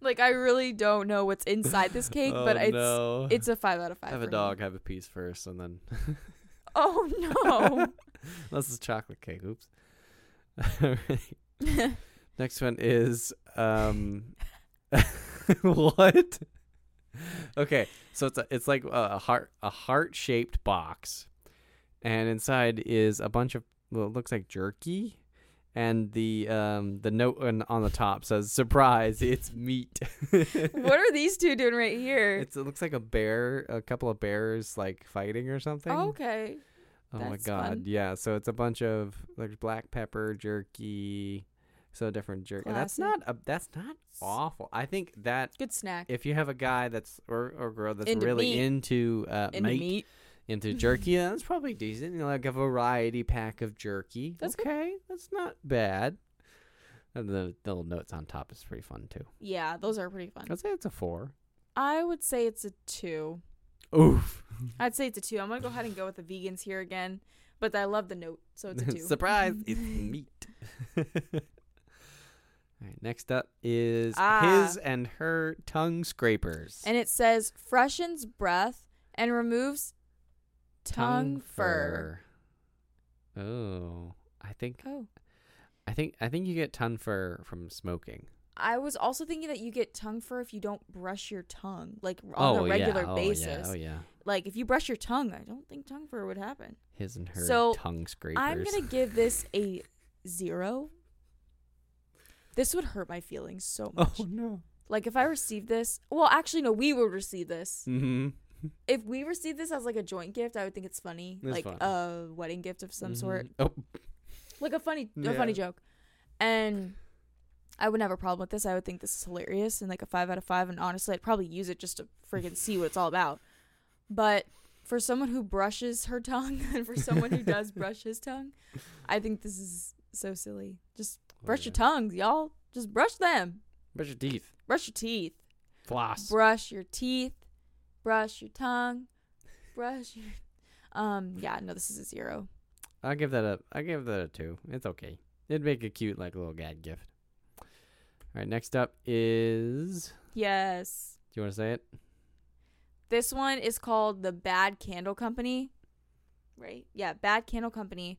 Like I really don't know what's inside this cake, but Oh, it's no. it's a five out of five. have for a me. dog, have a piece first, and then [LAUGHS] Oh [LAUGHS] no. [LAUGHS] unless it's chocolate cake. Oops. [LAUGHS] Alright. [LAUGHS] Next one is um, [LAUGHS] what? Okay, so it's a, it's like a heart a heart shaped box, and inside is a bunch of well, it looks like jerky, and the um the note on, on the top says surprise it's meat. [LAUGHS] what are these two doing right here? It's, it looks like a bear, a couple of bears like fighting or something. Oh, okay. Oh my That's god. fun. Yeah, so it's a bunch of there's black pepper jerky, so different jerky. And That's not Classic. a, that's not awful. I think that Good snack. if you have a guy that's or or girl that's Into really meat. into uh Into meat, meat. [LAUGHS] into jerky, that's probably decent. You know, like a variety pack of jerky. That's good. okay. That's not bad. And the, the little notes on top is pretty fun too. Yeah, those are pretty fun. I'd say it's a four. I would say it's a [LAUGHS] two. Oof. I'd say it's a two. I'm gonna go ahead and go with the vegans here again. But I love the note, so it's a [LAUGHS] two. Surprise, [LAUGHS] it's meat. [LAUGHS] All right, next up is Ah. his and her tongue scrapers. and it says freshens breath and removes tongue, fur. fur. Oh, I think Oh. I think I think you get tongue fur from smoking. I was also thinking that you get tongue fur if you don't brush your tongue, like on oh, a regular yeah. basis. Oh yeah. Oh yeah. Like if you brush your tongue, I don't think tongue fur would happen. His and her So, tongue scrapers. I'm gonna give this a zero. This would hurt my feelings so much. [LAUGHS] Oh no. Like if I received this, well, actually no, we would receive this. Mm-hmm. If we received this as like a joint gift, I would think it's funny, It's like fun. a wedding gift of some sort, Oh, like a funny, a Yeah. funny joke. And I would not have a problem with this. I would think this is hilarious and like a five out of five. And honestly, I'd probably use it just to freaking see what it's all about. But for someone who brushes her tongue [LAUGHS] and for someone [LAUGHS] who does brush his tongue, I think this is so silly. Just brush your Oh, yeah. tongues, y'all. Just brush them. Brush your teeth. Brush your teeth. Floss. brush your teeth, brush your tongue, brush your um yeah, no, this is a zero. I give that a I give that a two. It's okay. It'd make a cute like little gag gift. All right, next up is. Yes. Do you want to say it? This one is called the Bad Candle Company. Right? Yeah, Bad Candle Company.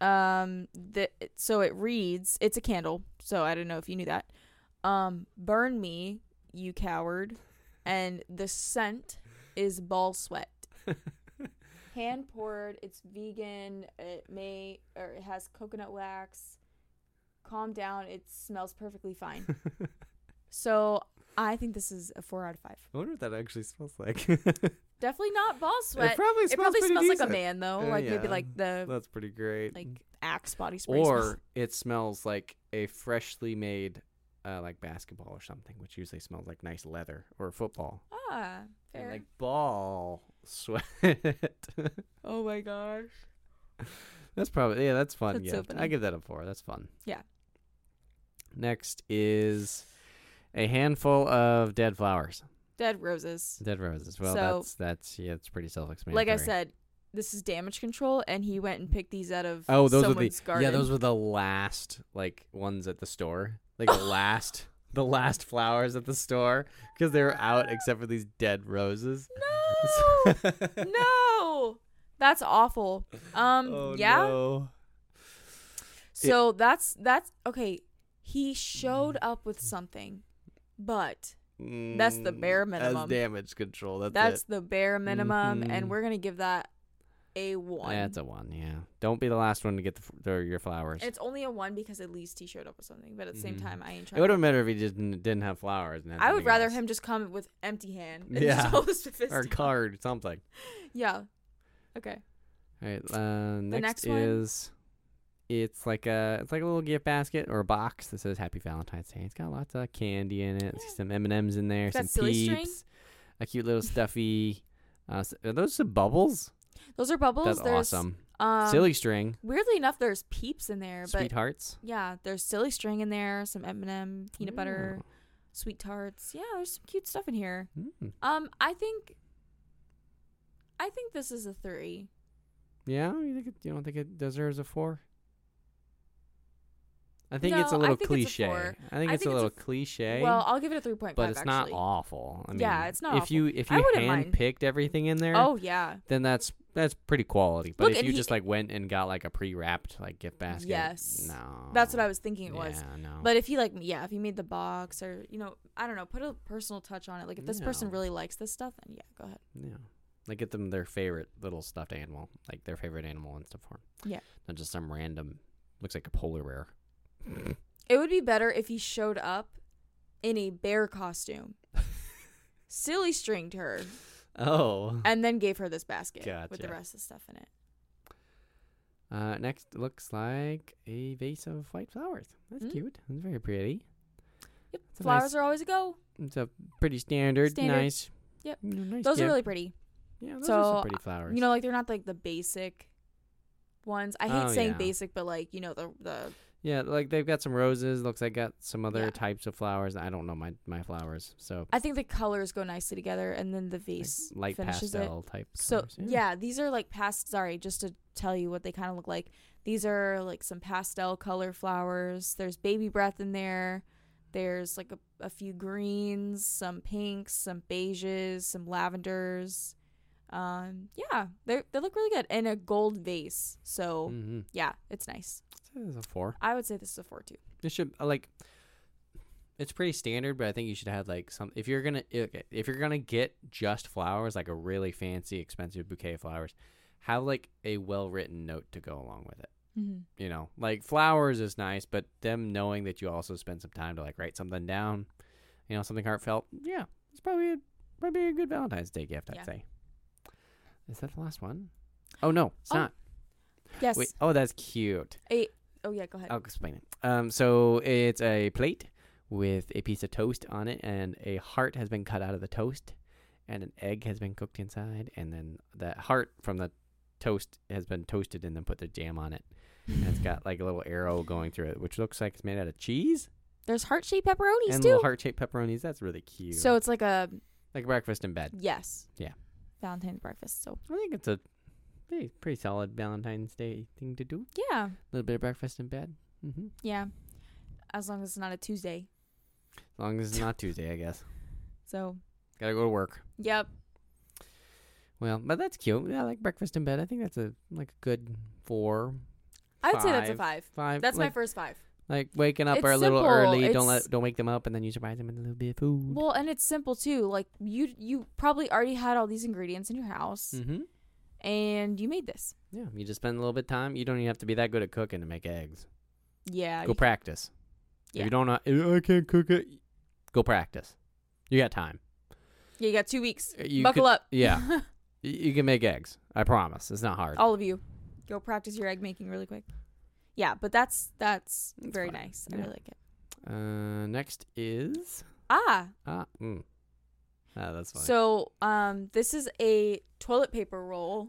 Um the so it reads, it's a candle, so I don't know if you knew that. Um burn me, you coward. And the scent is ball sweat. [LAUGHS] hand poured. It's vegan. It may or it has coconut wax. Calm down. It smells [LAUGHS] perfectly fine. [LAUGHS] so I think this is a four out of five. I wonder what that actually smells like. [LAUGHS] Definitely not ball sweat. It probably probably smells, pretty like a decent. man though. Uh, like yeah. maybe like the That's pretty great. like Axe body spray. smells. or it smells like a freshly made, uh, like basketball or something, which usually smells like nice leather or football. ah, And, fair. like ball [LAUGHS] sweat. that's oh my gosh. probably yeah. That's fun. That's so gift. I funny. give that a four. That's fun. Yeah. Next is a handful of dead flowers, Dead roses. dead roses. Well, So- that's that's yeah. It's pretty self-explanatory. Like I said, this is damage control, and he went and picked these out of Oh, those were the someone's garden. yeah. [LAUGHS] Those were the last like ones at the store. Like the [LAUGHS] last the last flowers at the store because they were out except for these dead roses. [LAUGHS] no. no that's awful um Oh, yeah no. so that's that's okay he showed up with something but That's the Mm, bare As minimum. damage control. That's, that's it. the bare minimum Mhm. and we're gonna give that a one That's a one. Yeah. Don't be the last one to get the, f- the your flowers. it's only a one because at least he showed up with something but at the same Mhm. time i ain't it would trying have mattered if he just didn't, didn't have flowers. And had i would something rather else. him just come with empty hand [LAUGHS] and Yeah. just hold his fist or a out. card something. yeah okay All right. Uh, next, next one- is it's like a it's like a little gift basket or a box that says Happy Valentine's Day. It's got lots of candy in it. I see Yeah. Some M and M's in there. It's some got silly peeps. string. A cute little stuffy. Uh, s- are those some bubbles? those are bubbles That's there's awesome. um, silly string. weirdly enough there's peeps in there but Sweethearts. Yeah, there's silly string in there, some M&M, peanut butter, sweet tarts. Yeah, there's some cute stuff in here. Ooh. Mm. Um, I think, I think this is a three. Yeah, you think it, you don't think it deserves a four? I think it's a No, I little think it's a cliche. four. I think I it's a think it's a little f- cliche. Well, I'll give it a 3.5 but it's not actually. awful. I mean, Yeah, it's not If awful. you if I you wouldn't mind. handpicked everything in there, Oh yeah. then that's that's pretty quality. But Look, if and you he- just like went and got like a pre-wrapped like gift basket, Yes. no, That's what I was thinking it was. Yeah, no. But if he like yeah, if he made the box or you know, I don't know, put a personal touch on it. Like if this person No. really likes this stuff, then yeah, go ahead. Yeah. Like get them their favorite little stuffed animal, like their favorite animal and stuff for 'em. Yeah. Not just some random, looks like a polar bear. [LAUGHS] It would be better if he showed up in a bear [LAUGHS] costume, silly stringed her, oh. and then gave her this basket with Gotcha. the rest of the stuff in it. Uh, next looks like a vase of white flowers. That's Mm. cute. It's very pretty. Yep. It's a Flowers nice- are always a go. It's a pretty standard, Standard. nice. Yep. you know, nice Those are gift. really pretty. Yeah, those are so, some pretty flowers. You know, like they're not like the basic ones. I hate Oh, saying yeah. basic, but like you know the the yeah, like they've got some roses. Looks like got some other Yeah. types of flowers. I don't know my my flowers. So I think the colors go nicely together, and then the like, vase light finishes it. pastel type. So colors. yeah. these are like past. Sorry, just to tell you what they kind of look like. These are like some pastel color flowers. There's baby breath in there. There's like a, a few greens, some pinks, some beiges, some lavenders. Um, yeah, they they look really good in a gold vase. So Mhm. yeah, it's nice. So there's a four. I would say this is a four too. It should uh, like it's pretty standard, but I think you should have like some if you're gonna i- okay, if you're gonna get just flowers, like a really fancy, expensive bouquet of flowers, have like a well written note to go along with it. Mm-hmm. You know, like flowers is nice, but them knowing that you also spend some time to like write something down, you know, something heartfelt. Yeah, it's probably a, probably a good Valentine's Day gift, Yeah. I'd say. Is that the last one? Oh no, it's Oh, not. Yes. Wait, oh that's cute. Oh yeah, go ahead. I'll explain it. Um, so it's a plate with a piece of toast on it, and a heart has been cut out of the toast, and an egg has been cooked inside, and then that heart from the toast has been toasted and then put the jam on it. And it's got like a little arrow going through it, which looks like it's made out of cheese There's heart shaped pepperonis and too. little heart shaped pepperonis. That's really cute. So it's like a like breakfast in bed. yes. Yeah. Valentine's breakfast. So I think it's a pretty, pretty solid Valentine's Day thing to do. yeah. A little bit of breakfast in bed. Mm-hmm. Yeah. As long as it's not a Tuesday. As long as it's not Tuesday, I [LAUGHS] guess. So, Gotta go to work. yep. Well, but that's cute. I like breakfast in bed. I think that's a like a good four, I would say that's a Five. five. five. That's like, my first five. Like waking up It's a little simple. early. Don't It's- let don't wake them up, and then you surprise them with a little bit of food. Well, and it's simple too. Like you you probably already had all these ingredients in your house mm-hmm. and you made this. Yeah, you just spend a little bit of time. You don't even have to be that good at cooking to make eggs. Yeah. Go you- practice. If Yeah. you don't know, "Eh, I can't cook it. Go practice. You got time. yeah, you got 2 weeks. You Buckle could- up. [LAUGHS] yeah. y- You can make eggs. I promise. It's not hard. [LAUGHS] all of you. Go practice your egg making really quick. Yeah, but that's that's It's very fine. nice. Yeah. I really like it. Uh, next is Ah, ah, mm. ah that's funny. so um, this is a toilet paper roll,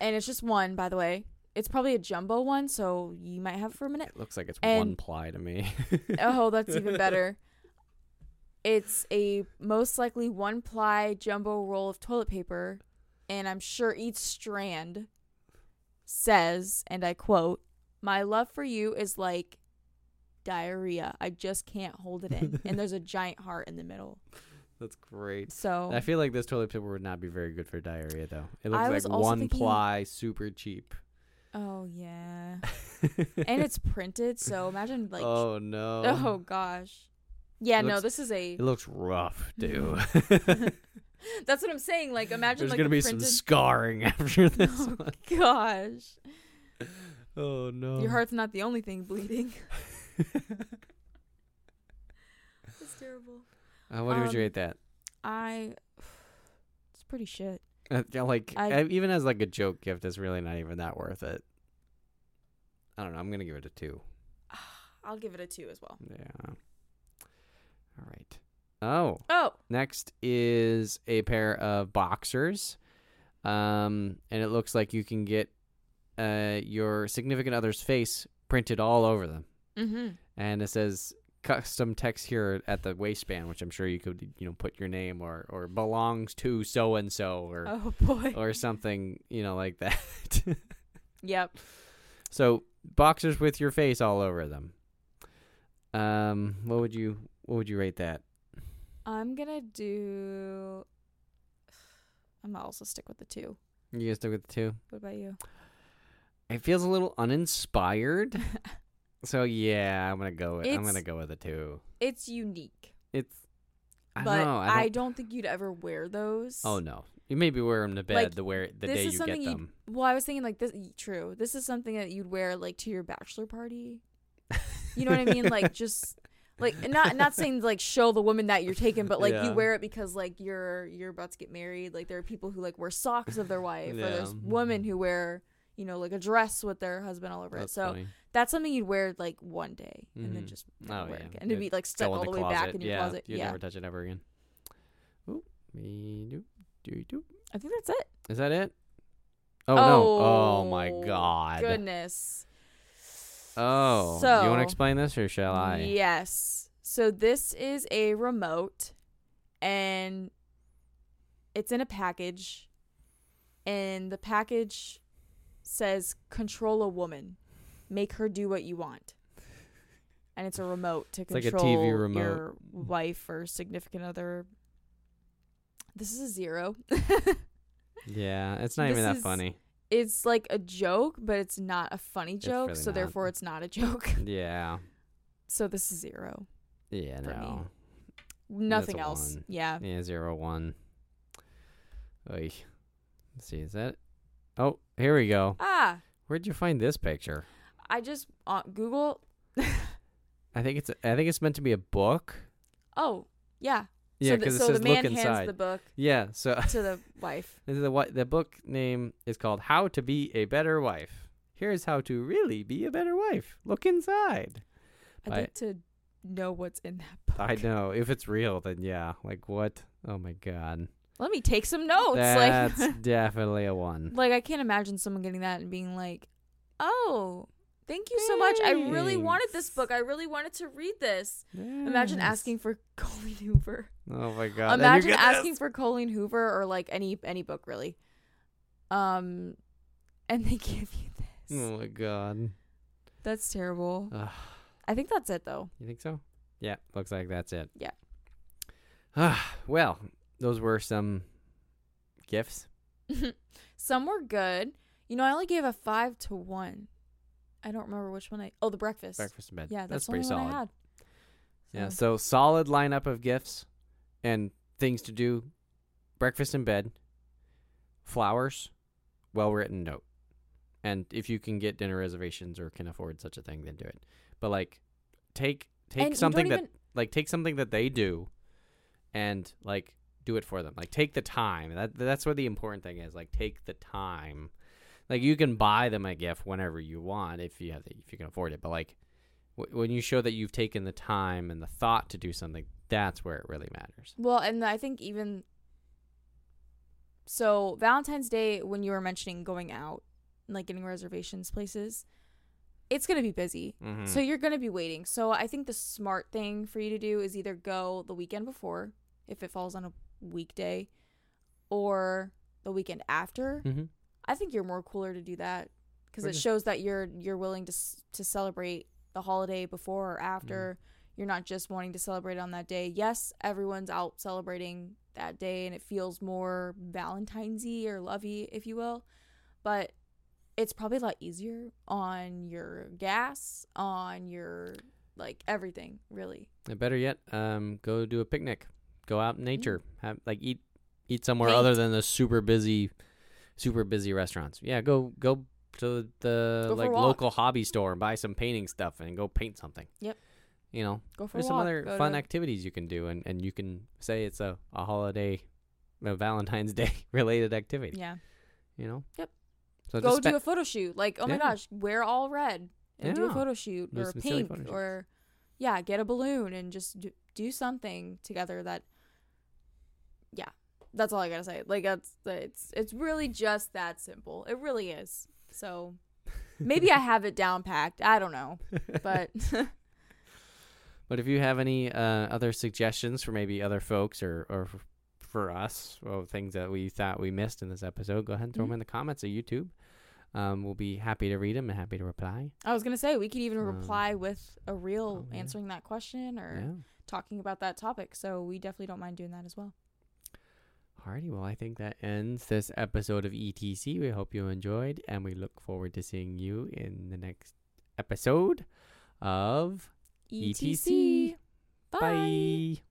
and it's just one, by the way. It's probably a jumbo one, so you might have it for [LAUGHS] a minute. it looks like it's one and- ply to me. [LAUGHS] Oh, that's even better. It's a most likely one ply jumbo roll of toilet paper, and I'm sure each strand says, and I quote, My love for you is like diarrhea. I just can't hold it in. and there's a giant heart in the middle. That's great. [LAUGHS] So I feel like this toilet paper would not be very good for diarrhea, though. It looks I like was also one thinking- ply, super cheap. [LAUGHS] Oh yeah. and it's printed, so imagine like [LAUGHS] oh, oh no! gosh. Yeah, It no, looks- this is a It looks [LAUGHS] rough, dude. That's what I'm saying. Like [LAUGHS] imagine There's like gonna the be some [LAUGHS] printed [LAUGHS] scarring after this Oh, one. gosh. Oh no! Your heart's not the only thing [LAUGHS] bleeding. It's terrible. Uh, what would you Um, rate that? I [SIGHS] It's pretty shit. Uh, yeah, like I- uh, even as like a joke gift, it's really not even that worth it. I don't know. I'm gonna give it a two. I'll give it a 2 as well. Yeah. All right. Oh. Oh, Next is a pair of boxers. Um, and it looks like you can get uh, your significant other's face printed all over them. mhm. And it says custom text here at the waistband, which I'm sure you could, you know, put your name or, or belongs to so and so or Oh boy. [LAUGHS] or something, you know, like that. Yep. [LAUGHS] so boxers with your face all over them. Um, what would you what would you rate that? I'm gonna do. [SIGHS] I'm gonna also stick with the two. You guys stick with the two? What about you? It feels a little [LAUGHS] uninspired. so yeah, I'm gonna go with I'm gonna It's- go with the two. It's unique, It's I but don't know. I don't, think you'd ever wear those. oh no, you maybe wear them to bed Like, the wear the this day is you get something you'd- them. Well, I was thinking like this. True, this is something that you'd wear like to your bachelor party. [LAUGHS] You know what I mean? [LAUGHS] Like just like and not not saying like show the woman that you're taking, but like Yeah. you wear it because like you're you're about to get married. Like there are people who like wear socks of their wife, or there's Yeah. women who wear you know like a dress with their husband all over it. That's So funny. that's something you'd wear like one day and then Mhm. just never Oh, wear yeah. it again. and it'd It'd be like stuck go in all the the way closet. back in your yeah, closet. You'd Yeah, never touch it ever again. Oop, me doop, doo doop. I think that's it. Is that it? Oh, no! Oh my Oh, god! Goodness. Oh, you want to So- explain this or shall I? Yes. So this is a remote and it's in a package and the package says control a woman. Make her do what you want. And it's a remote to It's like a control TV remote. your wife or significant other. This is a zero. [LAUGHS] Yeah, it's not even This that is- funny. [LAUGHS] it's like a joke, but it's not a funny joke, really so not. therefore it's not a joke. [LAUGHS] Yeah, So this is zero. yeah, For me. no, Nothing a else. one. Yeah. yeah, zero one. Oy. Let's see, is that? Oh, here we go. Ah. Where'd you find this picture? I just uh, Google. [LAUGHS] I think it's I think it's meant to be a book. Oh, yeah. Yeah, so the, because so it says the man look hands inside. the book yeah, so [LAUGHS] to the wife. This is the what the book name is called How to Be a Better Wife. Here's how to really be a better wife. Look inside. I'd I- like to know what's in that book. I know if it's real, then yeah. Like what? Oh my god, Let me take some notes. [LAUGHS] that's Oh, Like, definitely a one. like I can't imagine someone getting that and being like, "Oh, thank you so much. I really wanted this Thanks. book. I really wanted to read this." Imagine Yes. asking for [LAUGHS] Colleen Hoover. Oh my god. and you Imagine get asking this. for Colleen Hoover or like any any book really. Um, and they [LAUGHS] give you this. Oh my god. That's terrible. Ugh. I think that's it though. You think so? Yeah. Looks like that's it. Yeah. Ah, [SIGHS] well, those were some gifts. Some were good. You know, I only gave a five to one. I don't remember which one I. Oh, the breakfast. Breakfast in bed. Yeah, that's, the pretty only solid. one I had. Yeah, so So, solid lineup of gifts and things to do. Breakfast in bed, flowers, well written note. And if you can get dinner reservations or can afford such a thing, then do it. But like take take and you something don't that even- like take something that they do and like do it for them. Like take the time. That that's what the important thing is. Like take the time. Like you can buy them a gift whenever you want if you have the, if you can afford it. But like w- when you show that you've taken the time and the thought to do something, that's where it really matters. Well, and I think even. So Valentine's Day, when you were mentioning going out, like getting reservations places, it's gonna be busy. Mm-hmm. So you're gonna be waiting. So I think the smart thing for you to do is either go the weekend before, if it falls on a weekday, or the weekend after. Mm-hmm. I think you're more cooler to do that because Or it just- shows that you're you're willing to s- to celebrate the holiday before or after. Mm-hmm. You're not just wanting to celebrate on that day. Yes, everyone's out celebrating that day, and it feels more Valentine's-y or lovey, if you will. But it's probably a lot easier on your gas, on your like everything, really. And better yet, um, go do a picnic, go Mm. out in nature, have like eat eat somewhere Paint. other than the super busy, super busy restaurants. Yeah, go go to the Go for a like walk. local hobby store and buy some painting stuff and go paint something. Yep. You know, Go for a there's some walk, other go fun to- activities you can do, and and you can say it's a a holiday, a Valentine's [LAUGHS] Day related activity. Yeah, You know. Yep. So go just do spe- a photo shoot. Like, oh my Yeah. gosh, wear all red and do a Yeah. photo shoot Do or some silly pink photo shoots. or yeah, get a balloon and just do, do something together that yeah. That's all I got to say. Like that's it's it's really just that simple. It really is. So [LAUGHS] maybe I have it down packed. I don't know. But [LAUGHS] But if you have any uh, other suggestions for maybe other folks or, or f- for us, or things that we thought we missed in this episode, go ahead and throw them Mhm. in the comments of YouTube. Um, we'll be happy to read them and happy to reply. I was gonna say we could even Um, reply with a real oh, yeah. answering that question or Yeah. talking about that topic. So we definitely don't mind doing that as well. Alrighty, well, I think that ends this episode of ETC. We hope you enjoyed, and we look forward to seeing you in the next episode of ETC. ETC. E Bye. E Bye.